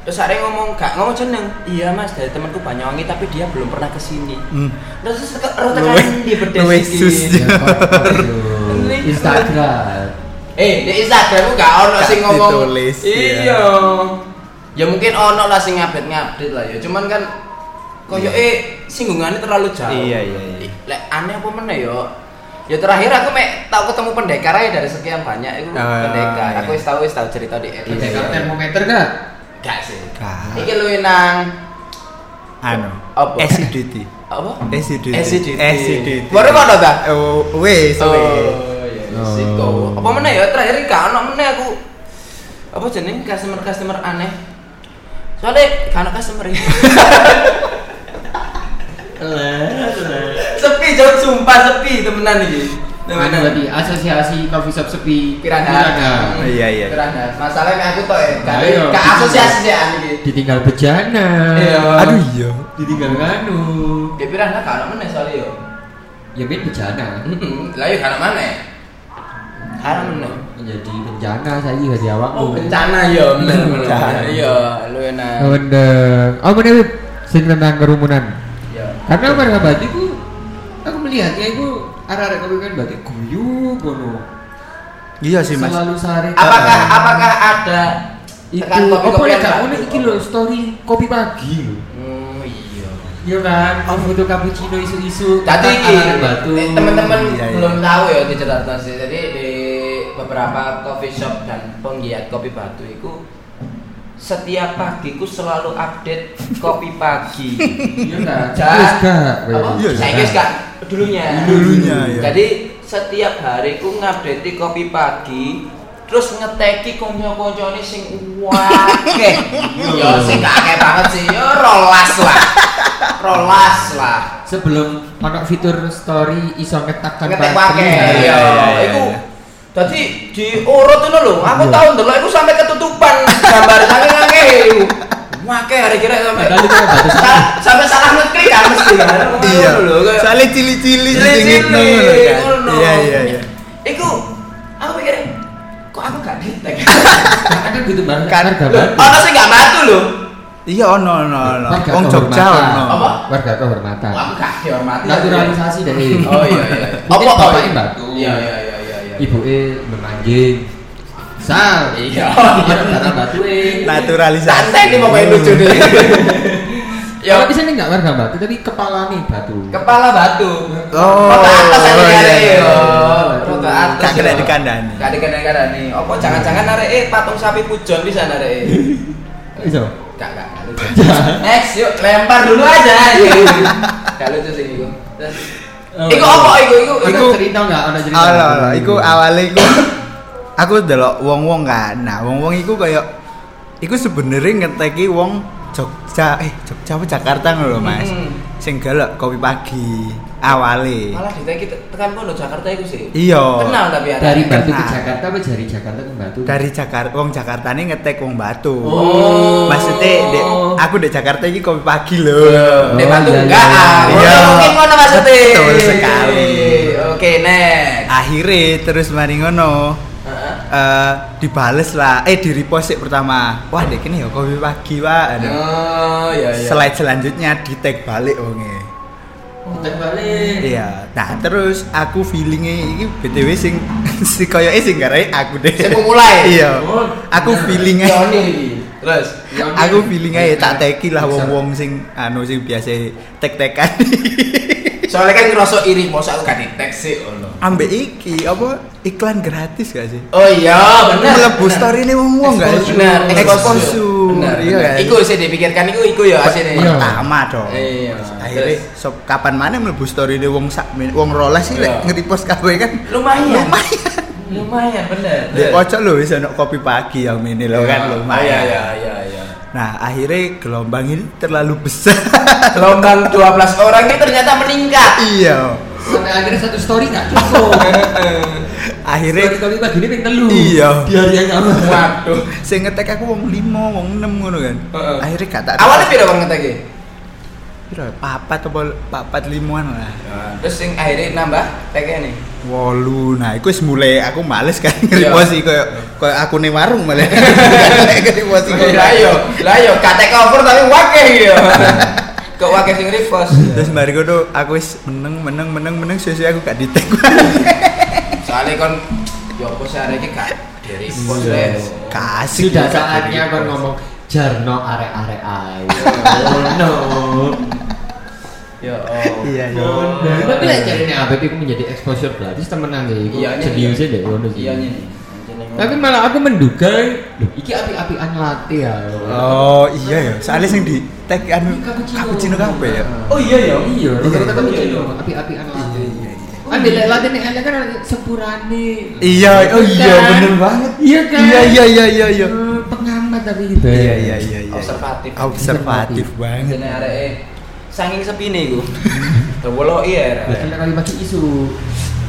Speaker 4: terus ada yang ngomong gak ngomong jeneng iya mas dari temanku Banyuwangi tapi dia belum pernah kesini
Speaker 1: Hmm.
Speaker 4: terus teka- terus
Speaker 1: Luwe-
Speaker 4: tekan di bedes
Speaker 1: luwe
Speaker 4: iki.
Speaker 1: sus.
Speaker 3: Ya, kok, yo. Instagram.
Speaker 4: Eh, di Instagram gak ono
Speaker 1: Gak
Speaker 4: sing ngomong.
Speaker 1: ditulis, ya.
Speaker 4: Iya. Ya mungkin ono lah sing ngupdate-ngupdate lah ya. Cuman kan koyo eh singgungannya terlalu jauh.
Speaker 1: Iya, iya, iya.
Speaker 4: Lek aneh apa meneh yo. Ya terakhir aku mek tau ketemu pendekar aja dari sekian banyak itu
Speaker 1: Ah,
Speaker 4: pendekar.
Speaker 1: iya.
Speaker 4: Aku wis tau wis tau cerita di episode.
Speaker 3: Pendekar termometer gak?
Speaker 4: Gak sih.
Speaker 1: Gak.
Speaker 4: Iki luwih nang
Speaker 1: Anu.
Speaker 4: Apa?
Speaker 1: Acidity.
Speaker 4: apa?
Speaker 1: Acidity.
Speaker 4: SCDT.
Speaker 1: Acidity.
Speaker 4: Baru kono ta?
Speaker 1: Oh, wis, wis.
Speaker 4: Oh, iya, iya,
Speaker 3: Oh.
Speaker 4: Siko. Apa meneh ya terakhir iki gak ono meneh aku. Apa jeneng customer-customer aneh. Soalnya gak ono customer. sepi jauh sumpah sepi temenan iki.
Speaker 3: Mana Anu berarti asosiasi coffee shop sepi
Speaker 4: Piranha. Hmm,
Speaker 1: Iya, iya.
Speaker 4: Piranha. Masalahnya aku tok ya. Gak
Speaker 3: Ayo.
Speaker 4: ada- gak asosiasi sih an iki.
Speaker 3: Ditinggal bejana.
Speaker 4: Iya.
Speaker 1: Aduh iya.
Speaker 3: Ditinggal nganu.
Speaker 4: Di Piranha gak ono meneh soalnya yo.
Speaker 3: Ya ben bejana.
Speaker 4: Heeh. Lah yo gak ono meneh. Haram meneh.
Speaker 3: Menjadi bencana saya jadi awakmu.
Speaker 4: Oh, bencana yo, bener
Speaker 1: Bencana.
Speaker 4: bener. Iya, lu enak.
Speaker 3: Bener. Oh, mana Wib? Sing tentang kerumunan.
Speaker 4: Iya.
Speaker 3: Karena warga Batu itu aku melihatnya itu arah-arah kopi kan Batu guyu bono.
Speaker 1: Iya sih, Mas.
Speaker 3: Selalu sare.
Speaker 4: apakah apakah ada
Speaker 3: itu
Speaker 4: tekan kopi
Speaker 3: apa
Speaker 4: kopi
Speaker 3: lek kamu iki lho story kopi pagi lho.
Speaker 4: oh iya
Speaker 3: Iya kan, oh, foto cappuccino isu-isu.
Speaker 4: jadi
Speaker 3: tentang
Speaker 4: iki
Speaker 3: arah-arah Batu.
Speaker 4: eh, teman-teman
Speaker 1: Iya, iya.
Speaker 4: belum tahu ya di Jakarta sih jadi di beberapa coffee shop dan penggiat kopi batu itu setiap pagi ku selalu update kopi pagi
Speaker 3: Iya kan.
Speaker 4: Jangan.
Speaker 3: Wis gak.
Speaker 4: apa
Speaker 1: Iya,
Speaker 4: saya
Speaker 1: iya.
Speaker 4: guys kak dulunya
Speaker 1: Dulunya, iya.
Speaker 4: jadi setiap hari ku ngupdate kopi pagi terus ngeteki konco-koncone sing wakeh
Speaker 1: Iya.
Speaker 4: ya sing gak akeh banget sih ya rolas lah rolas lah
Speaker 3: Sebelum ono fitur story iso ngetakkan pagi,
Speaker 4: ngetek
Speaker 3: ya.
Speaker 4: wakeh ya
Speaker 1: Kan iya, iya,
Speaker 4: iku
Speaker 1: iya.
Speaker 4: dadi diurut ngono lho aku tau ndelok iku sampe ketutupan gambar saking akeh iku wakeh hari kira sampe
Speaker 3: Padahal itu kan kayak batas.
Speaker 4: Sa- sampe salah ngeklik kan mesti kan
Speaker 1: Iya.
Speaker 4: Ngono lho, kayak-
Speaker 1: Soalnya cili-cili
Speaker 4: Cili-cili,
Speaker 1: ngitno ngono kan.
Speaker 4: ngono.
Speaker 1: Iya, iya, iya.
Speaker 4: Iku aku pikirnya kok aku gak detek.
Speaker 3: Karena kan gitu banget
Speaker 1: Kan.
Speaker 3: harga
Speaker 4: Loh,
Speaker 3: Batu.
Speaker 4: Ono sing gak matu lho.
Speaker 1: Iya, ono ono ono.
Speaker 3: Warga
Speaker 1: Wong Jogja
Speaker 3: kehormatan.
Speaker 1: ono.
Speaker 4: Apa?
Speaker 3: Warga kehormatan.
Speaker 4: Aku gak dihormati.
Speaker 3: Naturalisasi dari.
Speaker 4: Oh iya iya.
Speaker 3: Mungkin
Speaker 4: Apa
Speaker 3: bapaknya
Speaker 4: iya?
Speaker 3: batu.
Speaker 4: Iya iya iya iya iya.
Speaker 3: ibu e memanjing sal
Speaker 4: Iya. Nah,
Speaker 3: karena batu e
Speaker 1: Naturalisasi.
Speaker 4: Santai nih pokoknya lucu nih.
Speaker 3: ya
Speaker 4: Ya
Speaker 3: bisa nih nggak warga batu tapi kepala nih batu
Speaker 4: kepala batu.
Speaker 1: Oh,
Speaker 4: Rota atas
Speaker 1: iya,
Speaker 4: aja ada
Speaker 1: iya,
Speaker 4: yo.
Speaker 3: iya.
Speaker 4: Rota atas.
Speaker 1: Gak kena
Speaker 4: yo.
Speaker 1: dikandani.
Speaker 4: Gak dikandani-kandani. Apa jangan-jangan arek eh patung sapi pujon bisa arek eh.
Speaker 3: iso
Speaker 4: Gak, gak, gak lucu. Next, yuk lempar dulu aja.
Speaker 3: Iya,
Speaker 4: gak lucu sih itu. Terus,
Speaker 1: Oh,
Speaker 3: Oh,
Speaker 4: Iku
Speaker 3: iya.
Speaker 1: iya.
Speaker 4: apa? Iku, iku, iku.
Speaker 3: Ada cerita nggak ada
Speaker 4: Iya,
Speaker 3: cerita
Speaker 1: Ala ala, iku awale iku aku delok wong-wong kan. Nah, wong-wong iku kayak iku sebenarnya ngeteki wong Jogja eh Jogja apa Jakarta ngono lho Mas.
Speaker 4: Mm-mm.
Speaker 1: Sing galak kopi pagi awale.
Speaker 4: Malah diteki te- tekan kono Jakarta iku sih.
Speaker 1: Iya.
Speaker 4: Kenal tapi ada.
Speaker 3: dari Batu ke
Speaker 1: Kenal.
Speaker 3: Jakarta apa dari Jakarta ke Batu
Speaker 1: Nah. Dari Jakarta wong Jakarta ini ngetek wong Batu.
Speaker 4: Oh.
Speaker 1: Maksudnya dek, aku di Jakarta ini kopi pagi lho.
Speaker 4: Nek
Speaker 3: Oh,
Speaker 4: batu
Speaker 3: iya,
Speaker 4: enggak.
Speaker 3: iya,
Speaker 4: ah.
Speaker 1: iya.
Speaker 4: Ngono
Speaker 1: Iya.
Speaker 4: Mungkin ngono maksudnya.
Speaker 1: Betul sekali.
Speaker 4: Oke, next.
Speaker 1: Akhirnya terus mari ngono
Speaker 4: Heeh.
Speaker 1: eh dibales lah eh di repost sih pertama wah dek ini ya kopi pagi pak Aduh.
Speaker 4: Oh, iya iya.
Speaker 1: slide selanjutnya di tag balik wonge
Speaker 3: Kita balik
Speaker 1: iya nah terus aku feelingnya ini btw sing si koyo sing karena aku deh
Speaker 4: Sing mulai.
Speaker 1: iya
Speaker 3: Oh,
Speaker 1: aku
Speaker 3: bener.
Speaker 1: feeling
Speaker 4: Johnny
Speaker 1: aja
Speaker 4: iki. Terus.
Speaker 1: aku feeling aja tak teki lah wong
Speaker 3: Bisa.
Speaker 1: wong sing anu sing biasa tag tekan
Speaker 4: Soalnya kan ngerasa iri, masa aku gak di tag sih ono.
Speaker 1: ambek iki apa iklan gratis gak sih
Speaker 4: Oh iya, bener.
Speaker 1: melebu
Speaker 4: bener.
Speaker 1: story ini wong wong gak sih
Speaker 4: Bener,
Speaker 1: exposure
Speaker 4: Bener,
Speaker 1: iya
Speaker 4: bener.
Speaker 1: kan?
Speaker 4: Iku sih dipikirkan iku iku ya asine.
Speaker 3: Iya.
Speaker 1: pertama dong
Speaker 4: Iya.
Speaker 1: akhirnya
Speaker 4: Terus?
Speaker 1: so, kapan mana mlebu story ini wong sak min- wong rolas sih
Speaker 4: Iya.
Speaker 1: lek nge-repost kabeh kan
Speaker 4: Lumayan.
Speaker 1: lumayan
Speaker 4: Lumayan bener.
Speaker 1: di pojok lho bisa nok kopi pagi yang ini lo Ya, oh, kan lumayan
Speaker 4: Iya, iya, iya, iya.
Speaker 1: nah akhirnya gelombang ini terlalu besar
Speaker 4: Gelombang 12 orang ini ternyata meningkat.
Speaker 1: iya
Speaker 3: sampai akhirnya satu story nggak cukup story
Speaker 1: akhirnya
Speaker 3: story pagi ini ping telu
Speaker 1: Iya.
Speaker 3: di hari yang sama
Speaker 4: Waduh.
Speaker 1: saya ngetek aku wong lima wong enam ngono kan
Speaker 4: Heeh.
Speaker 1: akhirnya kata
Speaker 4: Awalnya piro kon ngeteki?
Speaker 1: piro ya? papat apa papat limuan lah
Speaker 4: Terus sing akhirnya nambah tag-nya nih.
Speaker 1: wolu nah itu wis mulai aku males kan nge-repost sih kayak kayak aku nih warung malah nge-repost sih
Speaker 4: Lah yo, lah yo katek cover tapi wakeh yo. Kok wakeh sing repost.
Speaker 1: Terus mari tuh aku wis meneng meneng meneng meneng susu aku gak ditek.
Speaker 4: Soalnya kon yo apa sih arek iki gak di repost
Speaker 3: Iya.
Speaker 4: Les.
Speaker 1: Kasih
Speaker 3: sudah saatnya kau ngomong jarno arek arek ayo oh no
Speaker 4: Yo. oh.
Speaker 1: Iya, iya.
Speaker 3: tapi lah cari ini apa itu menjadi exposure gratis temenan deh
Speaker 4: Iya,
Speaker 3: Iku
Speaker 4: iya.
Speaker 3: seriusnya deh ngono sih
Speaker 4: Iya nih.
Speaker 3: tapi malah aku menduga loh, iki api-apian latih ya
Speaker 1: Oh iya ya, soalnya sing di tag anu cappuccino kabeh ya.
Speaker 4: Oh iya ya.
Speaker 3: iya rata-rata
Speaker 4: Iya, iya.
Speaker 3: cappuccino api-apian latih ambil latih nih elek kan ada sepurane
Speaker 1: Iya, oh iya
Speaker 3: Kan?
Speaker 1: bener banget.
Speaker 3: iya kan
Speaker 1: Iya iya iya iya iya.
Speaker 3: Eh, pengamat tapi gitu
Speaker 1: Iya iya iya iya.
Speaker 4: Observatif. Iya.
Speaker 1: Observatif banget.
Speaker 4: Jenenge areke e, saking sepine iku. Dewolo
Speaker 3: Lah,
Speaker 4: iya. arek.
Speaker 3: kena kali pagi isu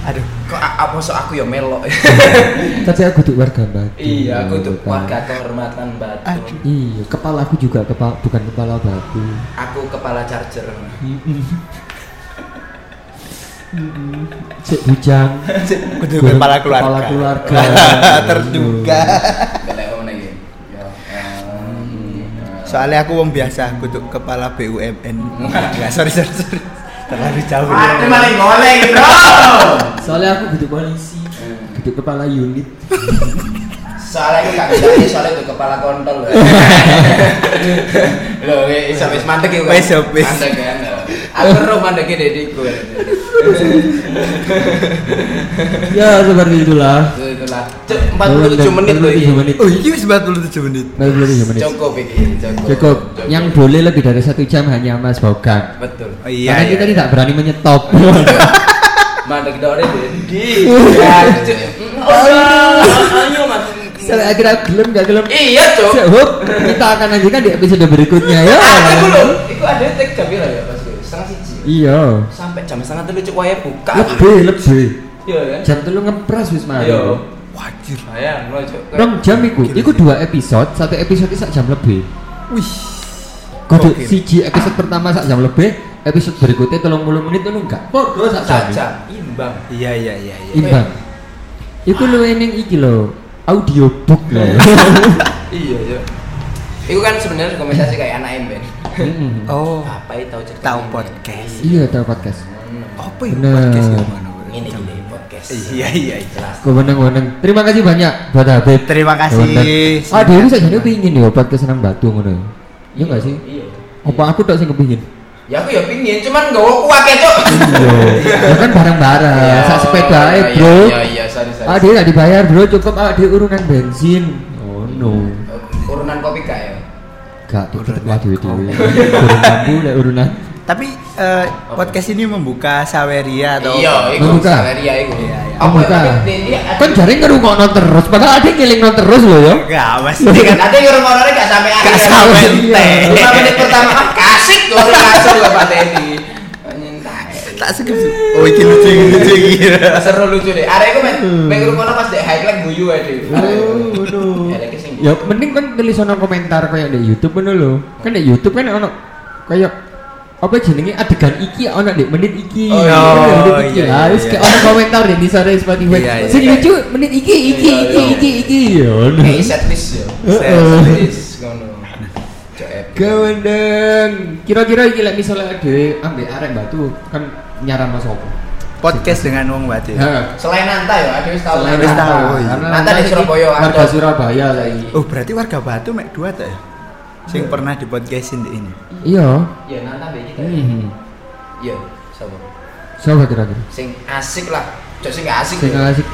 Speaker 1: Aduh.
Speaker 4: Kok a- apa sok aku yo melok.
Speaker 3: tapi aku tuh warga batu
Speaker 4: Iya, aku itu
Speaker 3: Kan.
Speaker 4: warga kehormatan
Speaker 1: Aduh.
Speaker 4: Batu.
Speaker 3: iya kepala aku juga kepala bukan kepala batu
Speaker 4: Aku kepala charger.
Speaker 3: cek bujang
Speaker 1: Kudu kepala keluarga.
Speaker 3: kepala keluarga Iya.
Speaker 1: Terduga.
Speaker 4: Belek ngene iki. Ya. em,
Speaker 1: Soalnya aku wong biasa, aku tuh kepala BUMN. Enggak, sorry sorry sorry. Terlalu jauh.
Speaker 4: Ada maling oleh, Bro.
Speaker 3: soalnya aku butuh polisi butuh kepala unit
Speaker 4: Soalnya aku gak ngerti soalnya itu kepala kontol. lho. Lho, we- iso wis mandek iku. kan?
Speaker 1: Wis, ya, wis.
Speaker 4: Mandek kan. lho. Aku ro mandeke dediku.
Speaker 3: ya seperti itulah
Speaker 4: Itulah. Cuk, 47 menit lho iki.
Speaker 3: 47 menit
Speaker 1: Oh, iki wis 47 menit.
Speaker 3: 47 menit
Speaker 4: Cukup iki, cukup.
Speaker 3: cukup yang boleh lebih dari satu jam hanya mas Bogan
Speaker 4: betul.
Speaker 1: Oh, iya.
Speaker 3: karena
Speaker 1: iya.
Speaker 3: kita tidak berani menyetop
Speaker 4: Mandek dore Dedi. Ya, Cuk. Oh,
Speaker 1: iya.
Speaker 4: ayo Mas.
Speaker 3: Sampai akhirnya gelem gak gelem
Speaker 4: Iya, Cuk.
Speaker 3: Cuk, hup, kita akan lanjutkan di episode berikutnya ya
Speaker 4: Ah, iku lho. Iku ada tek jam pira ya, Mas? Setengah siji.
Speaker 3: iya
Speaker 4: Sampai jam setengah telu cuk wayahe buka.
Speaker 3: lebih lebih
Speaker 4: Iya kan?
Speaker 3: jam telu ngepres wis mari
Speaker 4: Iya.
Speaker 1: Wajir.
Speaker 4: Bayang lo cuk.
Speaker 3: rong jam iku iku dua episode satu episode itu sak jam lebih
Speaker 1: Wih.
Speaker 3: kudu
Speaker 1: Gokil.
Speaker 3: siji episode pertama sak jam lebih episode berikutnya tolong puluh menit tolong enggak podo sak jam
Speaker 4: Sajam imbang.
Speaker 1: Iya iya iya iya.
Speaker 3: imbang iku lu eneng iki lho audiobook lho
Speaker 4: Iya cuk. Iku kan sebenarnya rekomendasi kayak anak emben.
Speaker 3: Mm-mm.
Speaker 1: Oh,
Speaker 4: Apa tahu cerita?
Speaker 1: tahu
Speaker 4: Emben.
Speaker 1: podcast.
Speaker 3: iya tau podcast
Speaker 1: Apa ya
Speaker 3: Bener.
Speaker 1: podcast gimana?
Speaker 4: Ini gini podcast.
Speaker 1: Iya iya iya.
Speaker 4: Jelas.
Speaker 3: kewenang-wenang terima kasih banyak buat Habib
Speaker 1: Terima kasih.
Speaker 3: Ah, dia bisa jadi pingin ya podcast senang batu ngono. ya. Iya enggak sih?
Speaker 4: Iya.
Speaker 3: Apa aku tak sih kepingin?
Speaker 4: Ya aku ya pingin, cuman gak mau kuat ya cuk.
Speaker 3: Iya. ya kan bareng-bareng, sak sepeda ae,
Speaker 4: Iya,
Speaker 3: Bro.
Speaker 4: Iya iya sorry sorry.
Speaker 3: Ah, dia enggak dibayar, Bro. Cukup ah, dia urunan bensin. Oh no.
Speaker 4: Urunan kopi kak ya.
Speaker 3: Gak tuh
Speaker 1: Urunan
Speaker 3: tetep lah duit
Speaker 1: kau.
Speaker 3: Urunan bule, urunan.
Speaker 1: Tapi eh, podcast ini membuka saweria atau
Speaker 4: Iya, iku
Speaker 3: Membuka.
Speaker 4: Saweria iku.
Speaker 1: Iya, iya.
Speaker 4: Apa ya,
Speaker 3: Membuka. Kan jaring ngerungokno terus, padahal ada ngelingno terus lho ya.
Speaker 1: enggak mas
Speaker 4: Ini kan nanti ngurung-ngurungnya gak sampai akhir.
Speaker 1: Gak sampai.
Speaker 4: Lima menit pertama ah kasih gue langsung gue pateni. Nyentai.
Speaker 1: tak segi oh iki lucu iki lucu iki
Speaker 4: Seru lucu deh. Arek iku men men ngurung-ngurung pas dek highlight guyu ae deh.
Speaker 3: Oh, aduh.
Speaker 4: Eleke sing
Speaker 3: Ya mending kan tulis ono komentar kayak di YouTube ngono lho. Kan di YouTube kan ono kayak apa jenenge adegan iki ono di menit iki.
Speaker 4: Oh, iya,
Speaker 3: Ono menit iki.
Speaker 1: iya, iya,
Speaker 3: Nah, Harus
Speaker 1: iya.
Speaker 3: kayak ono komentar di sore Spotify.
Speaker 1: Iya, iya,
Speaker 3: Sing
Speaker 4: iya.
Speaker 3: lucu menit iki iki
Speaker 4: Iya,
Speaker 3: iki
Speaker 4: iya.
Speaker 3: iki iki. Ya ono.
Speaker 4: kayak setlist yo.
Speaker 3: Heeh.
Speaker 4: Setlist ngono. Cok eh. epic.
Speaker 3: Gawendeng. Kira-kira iki lek misalnya ade ambek arek batu kan nyaran mas opo?
Speaker 1: podcast dengan wong batu
Speaker 3: Heeh.
Speaker 4: Selain Nanta ya, ada wis tahu.
Speaker 1: Selain Nanta.
Speaker 3: Oh, iya.
Speaker 4: Nanta di Surabaya,
Speaker 3: Warga
Speaker 4: Anto.
Speaker 3: Surabaya saiki.
Speaker 1: oh berarti warga batu mek dua tak ya sing pernah di podcastin di ini
Speaker 3: Iya.
Speaker 4: Ya Nanta be kita.
Speaker 3: Hmm.
Speaker 4: Iya, sama.
Speaker 3: Sopo kira-kira?
Speaker 4: Sing asik lah. Cok sing gak asik.
Speaker 3: Sing
Speaker 4: yo.
Speaker 3: asik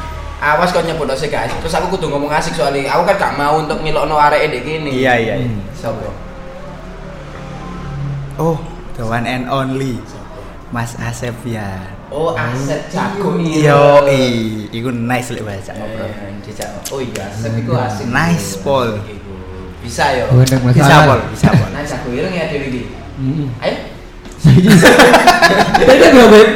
Speaker 4: awas kau nyebut asik guys terus aku kudu ngomong asik soalnya aku kan gak mau untuk milokno arek dek gini
Speaker 1: iya iya iya.
Speaker 4: sopo
Speaker 1: oh the one and only Mas Asep ya
Speaker 4: oh aset jago
Speaker 1: Yo, iya. iku nice lek baca
Speaker 4: ngobrol
Speaker 1: ngobrol.
Speaker 4: dijak oh iya aset iku asik
Speaker 1: Hmm, Nice, Paul.
Speaker 4: Iku. bisa yo
Speaker 3: Gawendeng Mas
Speaker 1: Bisa
Speaker 3: Alan.
Speaker 1: pol, bisa pol.
Speaker 4: nice aku ireng ya dewi di
Speaker 3: Mm-mm.
Speaker 4: ayo
Speaker 3: Beda dua babe.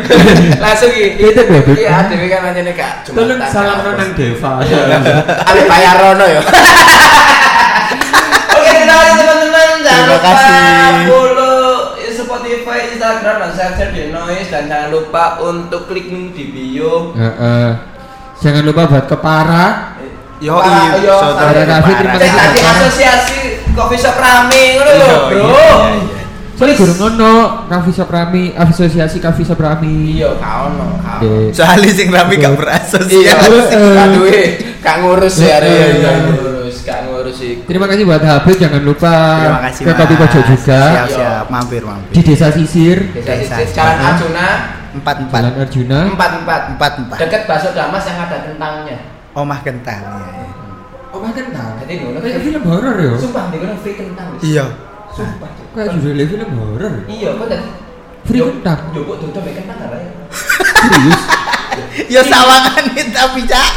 Speaker 4: langsung iki
Speaker 3: Itu dua babe.
Speaker 4: iya dewi kan anjene gak cuma
Speaker 3: Tolong
Speaker 4: tanya
Speaker 3: salam
Speaker 4: apa.
Speaker 3: renang Deva.
Speaker 4: Ale bayar rono yo Oke, terima kasih teman-teman. Jangan
Speaker 1: Terima
Speaker 4: lupa
Speaker 1: kasih.
Speaker 4: follow Spotify, Instagram, dan search di Noise dan jangan lupa untuk klik link di bio.
Speaker 3: Heeh. Jangan lupa buat kepara.
Speaker 1: Yo, iya,
Speaker 4: Para- yo,
Speaker 1: soto
Speaker 3: para Raffi,
Speaker 1: para.
Speaker 3: terima
Speaker 4: Saya
Speaker 3: kasih.
Speaker 4: tadi asosiasi coffee shop rame ngono lho,
Speaker 1: Iya,
Speaker 4: Bro.
Speaker 1: iya, iya,
Speaker 3: Soalnya guru ngono, kafe shop rami, asosiasi kafe shop rami.
Speaker 4: Iya, gak ono, gak ono.
Speaker 1: iya.
Speaker 3: Oke.
Speaker 1: Soalnya sing rame gak
Speaker 4: Iya,
Speaker 1: berasosiasi.
Speaker 3: eh.
Speaker 4: gak duwe, gak ngurus ya, Re.
Speaker 3: Iya, iya.
Speaker 4: gak ngurus, gak ngurus iku.
Speaker 3: Terima kasih buat Habib, jangan lupa
Speaker 1: Terima kasih.
Speaker 3: ke Kopi
Speaker 1: Mas.
Speaker 3: Pojok juga
Speaker 1: Siap, siap, mampir, mampir.
Speaker 3: di Desa Sisir,
Speaker 4: Desa
Speaker 1: Desa
Speaker 4: Sisir, Jalan
Speaker 1: Sisir.
Speaker 4: Arjuna
Speaker 1: Empat, empat,
Speaker 3: Jalan Arjuna.
Speaker 4: 44.
Speaker 1: empat, empat.
Speaker 4: Dekat bakso Damas yang ada kentangnya.
Speaker 1: Omah kentang. iya, iya.
Speaker 3: Oh, makan tak?
Speaker 4: Jadi ngono.
Speaker 3: Kayak film horor ya.
Speaker 4: Sumpah, dia kan free kentang. Wis.
Speaker 1: Iya.
Speaker 4: Sumpah. Cuk.
Speaker 3: Kayak judul film horor. ya.
Speaker 4: Iya, kok tadi
Speaker 3: Free kentang.
Speaker 4: Jopo tutup ya kentang lah ya.
Speaker 3: Serius?
Speaker 1: Ya sawangan tapi cak.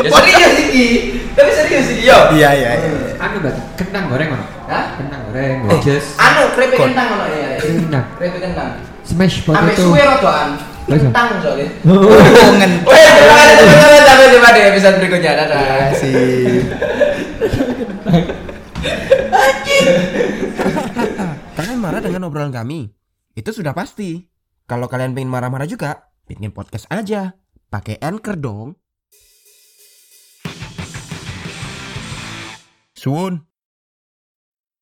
Speaker 4: Ya serius iki. Tapi serius iki yo.
Speaker 1: Iya, iya, iya.
Speaker 3: Anu berarti kentang goreng ngono.
Speaker 4: Hah?
Speaker 3: Kentang goreng, wedges,
Speaker 4: Anu keripik
Speaker 1: Kon-
Speaker 4: kentang ngono ya.
Speaker 3: Kentang.
Speaker 4: Keripik kentang.
Speaker 3: smash
Speaker 4: Ambil
Speaker 3: potato.
Speaker 4: suwe rodoan.
Speaker 3: Lah, iya.
Speaker 4: Kentang soalnya.
Speaker 1: Oh,
Speaker 4: Wih,
Speaker 1: ngentot.
Speaker 4: terima kasih teman-teman sampai jumpa di episode berikutnya. Dadah.
Speaker 1: Sih.
Speaker 5: Kalian marah dengan obrolan kami? Itu sudah pasti. Kalau kalian pengen marah-marah juga, bikin podcast aja. Pakai Anchor dong. Suun.